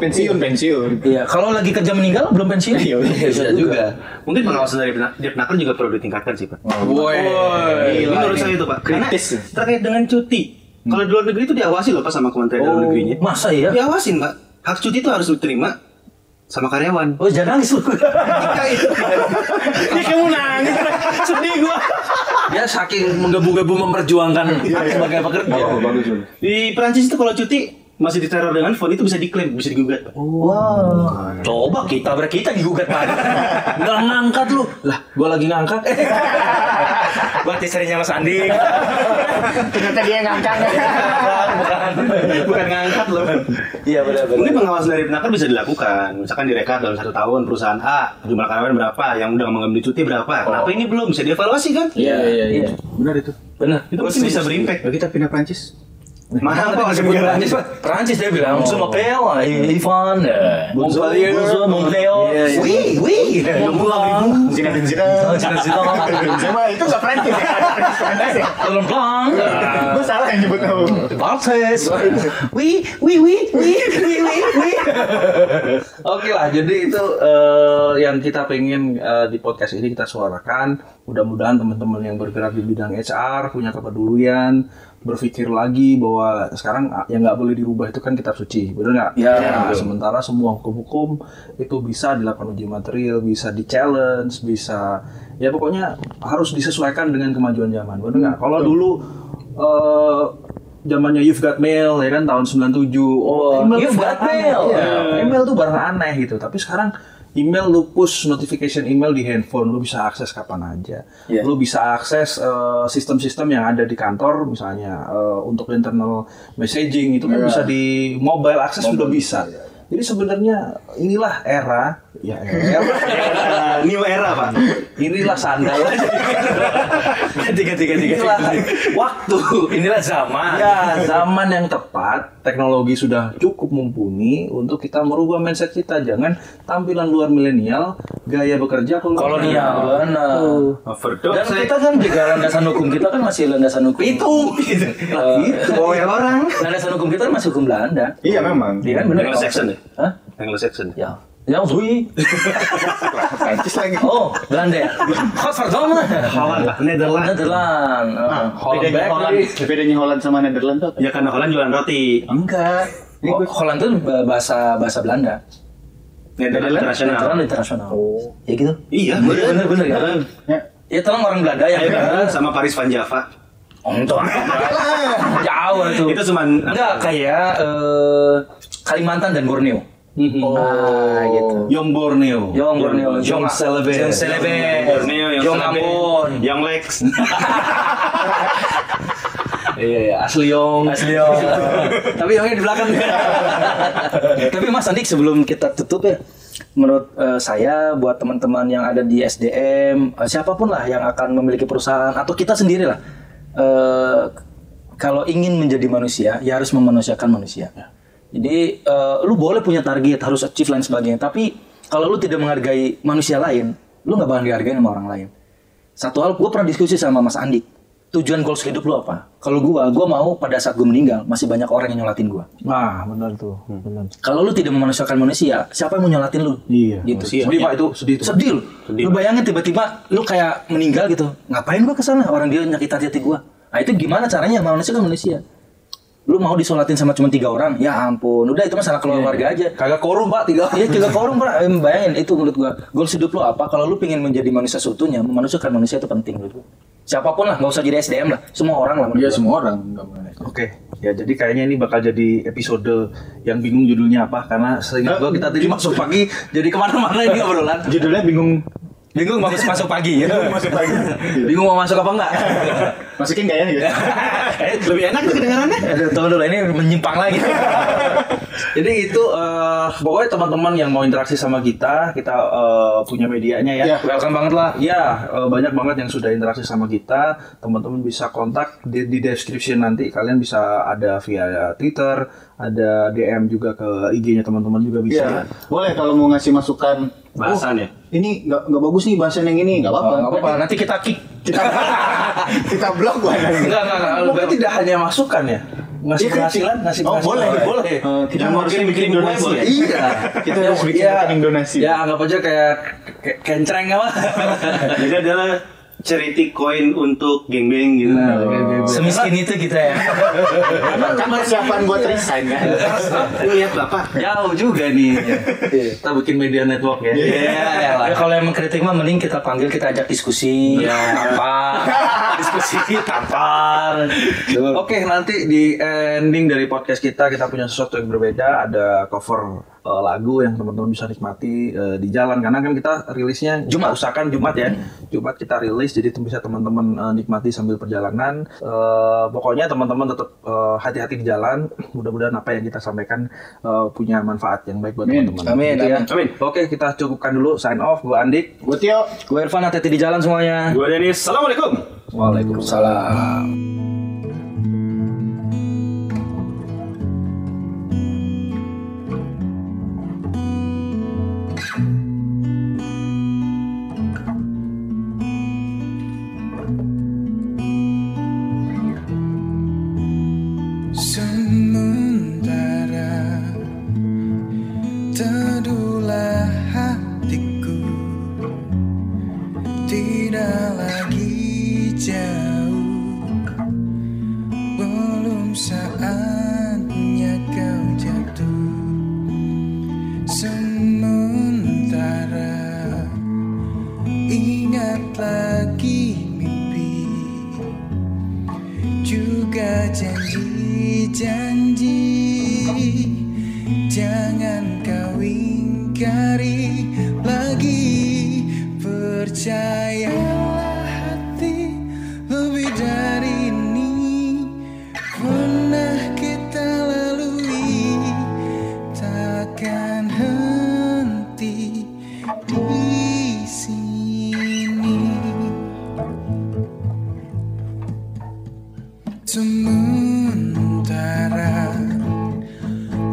pensiun, pensiun.
Iya, kalau lagi kerja meninggal belum pensiun. Iya,
Bisa juga.
Mungkin pengawasan dari Dirna- Dirnaker juga perlu ditingkatkan sih, Pak.
Woi.
Gila, menurut saya itu, Pak. Karena
Oh, iya. Kritis.
terkait dengan cuti. Kalau di luar negeri itu diawasi loh, Pak, sama Kementerian
Oh.
Dalam Negerinya.
Masa ya?
Diawasin, Pak. Hak cuti itu harus diterima sama karyawan.
Oh, jangan nangis lu.
Ketika itu
Ini kamu nangis. Sedih gua.
Ya,
Dia saking menggebu-gebu memperjuangkan hak sebagai pekerja.
Oh, bagus bagus.
di Prancis itu kalau cuti masih diteror dengan font itu bisa diklaim, bisa digugat,
Oh.
Pak.
Coba kita ber kita digugat Pak.
Nggak ngangkat lu. Lah, gua lagi ngangkat.
Buat istrinya Mas Andi.
Ternyata dia ngangkat.
Bukan ngangkat loh.
Iya, benar benar.
Mungkin pengawasan dari Pernaker bisa dilakukan. Misalkan direkap dalam satu tahun perusahaan A, jumlah karyawan berapa, yang udah mengambil cuti berapa. Kenapa ini belum bisa dievaluasi kan?
Iya, iya, iya.
Benar itu.
Benar.
Itu mungkin bisa berimpact.
Kita pindah Prancis.
Mahal kok masih
Prancis, Pak. Prancis dia bilang, semua Pella, Ivan, eh, Montpellier, Montpellier, wih, wih, Montpellier,
Zidane Zidane. Zidane itu nggak Prancis ya. Prancis ya. Gue salah yang nyebut nama.
Baltes, wih, wih, wih, wih, wih, wih, wih.
Oke lah, jadi itu eh, yang kita pengen eh, di podcast ini kita suarakan. Mudah-mudahan teman-teman yang bergerak di bidang HR punya kepedulian, berpikir lagi bahwa sekarang ah, yang nggak boleh dirubah itu kan kitab suci, benar nggak?
Ya,
Nah,
betul.
sementara semua hukum-hukum itu bisa dilakukan uji material, bisa di challenge, bisa ya pokoknya harus disesuaikan dengan kemajuan zaman, benar nggak? Kalau dulu eh, zamannya You've Got Mail ya kan tahun 97.
Oh,
email
You've
tuh barang
Got Mail.
aneh. Iya,
Yeah.
email tuh barang aneh gitu. Tapi sekarang email lu push notification email di handphone, lu bisa akses kapan aja.
Iya.
Lu bisa akses eh, sistem-sistem yang ada di kantor misalnya eh, untuk internal messaging itu kan bisa di mobile iya, akses sudah bisa. Jadi sebenarnya inilah era ya era
New era, Pak.
inilah sandal
Tiga, tiga, tiga,
inilah waktu
Inilah zaman.
Ya, zaman yang tepat, teknologi sudah cukup mumpuni untuk kita merubah mindset kita. Jangan tampilan luar milenial, gaya bekerja
kolonial benar
Overdose.
dan kita kan juga landasan hukum kita kan masih landasan hukum itu
Itu.
Gitu, orang.
landasan hukum kita kan masih hukum Belanda
Iya memang.
dia kan benar
Anglo Saxon ya?
Hah?
Anglo Saxon.
ya yang Hui.
Prancis lagi.
Oh, Belanda ya? Kok Verdom lah.
Holland lah, Netherlands.
Nederland. eh, Holland
Bedanya
back.
Ah, Holland, bedanya Holland sama Nederland tuh apa?
Ya karena Holland jualan roti.
Enggak. Ho- Holland itu bah- bahasa bahasa Belanda.
Netherlands internasional.
Nederland internasional. Ya gitu.
Iya,
Bener bener bener ya. Ya tolong orang Belanda yang
Ayo Belanda sama Paris Van Java.
Untuk jauh itu.
Itu cuman
Enggak kayak eh, Kalimantan dan Borneo.
Oh,
gitu.
Yong Borneo.
Yong Borneo, Yong
Celebes.
Yong Celebes,
Borneo, yang
Yong
Celebes,
Ambon,
yang Lex.
Iya, iya, asli Yong.
Asli Yong. Tapi Yongnya di belakang. Tapi Mas Andik sebelum kita tutup ya, menurut eh, saya buat teman-teman yang ada di SDM, eh, siapapun lah yang akan memiliki perusahaan atau kita sendiri lah, eh, kalau ingin menjadi manusia ya harus memanusiakan manusia. Jadi eh, lu boleh punya target, harus achieve lain sebagainya. Tapi kalau lu tidak menghargai manusia lain, lu nggak bakal dihargain sama orang lain satu hal gue pernah diskusi sama Mas Andi tujuan goals hidup lu apa kalau gue gue mau pada saat gue meninggal masih banyak orang yang nyolatin gue
Nah, benar tuh. Benar.
kalau lu tidak memanusiakan manusia siapa yang mau nyolatin lu
Iya,
gitu
manusia. Sedih, Pak, itu sedih tuh.
sedih lu lu bayangin tiba-tiba lu kayak meninggal gitu ngapain gue kesana orang dia nyakit hati hati gue nah itu gimana caranya manusia kan manusia lu mau disolatin sama cuma tiga orang ya ampun udah itu masalah keluarga
Iya.
aja
Kagak korum, Pak, tiga.
Iya tiga korum pernah Em, bayangin itu menurut gua goals hidup lo apa kalau lu pengen menjadi manusia seutuhnya memanusiakan manusia itu penting menurut gua siapapun lah nggak usah jadi SDM lah semua orang lah menurut
Iya
gua.
semua orang nggak boleh.
Oke, ya jadi kayaknya ini bakal jadi episode yang bingung judulnya apa karena
Eh.
seingat gua kita tadi masuk pagi jadi kemana-mana ini obrolan.
Judulnya bingung
bingung mau masuk masuk pagi ya masuk pagi bingung mau masuk apa enggak
masukin kayaknya gitu.
Eh, lebih enak tuh kedengarannya.
Aduh, tunggu dulu ini menyimpang lagi
Jadi itu eh, pokoknya teman-teman yang mau interaksi sama kita, kita eh, punya medianya ya.
Iya.
welcome banget lah
Ya, eh, banyak banget yang sudah interaksi sama kita. Teman-teman bisa kontak di, di description nanti. Kalian bisa ada via Twitter, ada DM juga ke IG-nya teman-teman juga bisa.
Iya. Boleh kalau mau ngasih masukan
Bahasan
Oh,
ya?
Ini nggak nggak bagus nih bahasan yang ini. Nggak apa-apa.
nggak apa-apa nanti kita kick
Kita kita blok banget.
Enggak, enggak, enggak. Berarti tidak hanya masukan ya? Ngasih
Iya, kan?
penghasilan, ngasih
Oh,
penghasilan.
boleh,
boleh.
Eh, kita mau harus bikin donasi ya? Iya.
Iya.
Kita harus bikin rekening donasi.
Ya, anggap aja kayak kayak kencreng apa.
Jadi adalah cerita koin untuk geng-geng gitu.
semiskin itu kita ya
Iya. Kan persiapan buat resign kan.
Lu lihat Bapak.
Jauh juga nih.
Iya.
Kita bikin media network ya.
Ya, kalau yang mengkritik mah mending kita panggil kita ajak diskusi
Iya.
ya, tampar diskusi tampar
Oke, nanti di ending dari podcast kita kita punya sesuatu yang berbeda, ada cover eh, lagu yang teman-teman bisa nikmati eh, di jalan karena kan kita rilisnya Jumat usahakan Jumat ya.
Hmm.
Jumat kita rilis jadi tem- bisa teman-teman eh, nikmati sambil perjalanan. Eh, pokoknya teman-teman tetap eh, hati-hati di jalan. Mudah-mudahan apa yang kita sampaikan eh, punya manfaat yang baik buat teman-teman.
Amin,
Gitu ya.
amin.
Oke, kita cukupkan dulu sign off gua Andik.
Buat yuk.
gue Irfan hati-hati di jalan semuanya
Gua Denis. Assalamualaikum.
Waalaikumsalam.
Sementara teduhlah hatiku Tidak lagi jauh Belum saatnya kau jatuh Sementara ingat lagi mimpi juga janji-janji Jangan kau ingkari lagi Percayalah hati lebih dari ini Pernah kita lalui Takkan henti di sini Sementara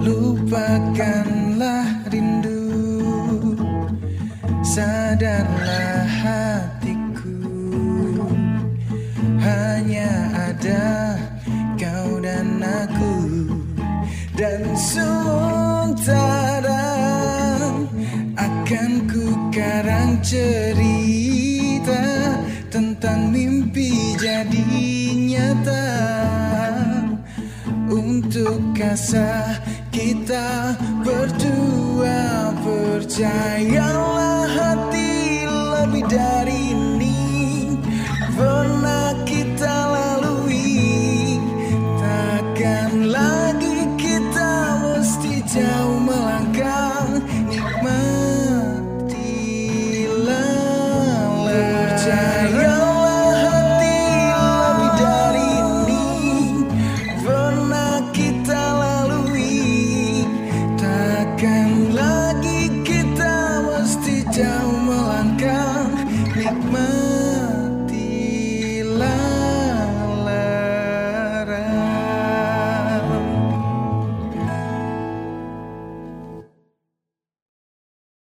lupakanlah rindu Sadarlah hatiku Hanya ada kau dan aku Dan sementara cerita tentang mimpi jadi nyata untuk kasah kita berdua percayalah hati lebih dari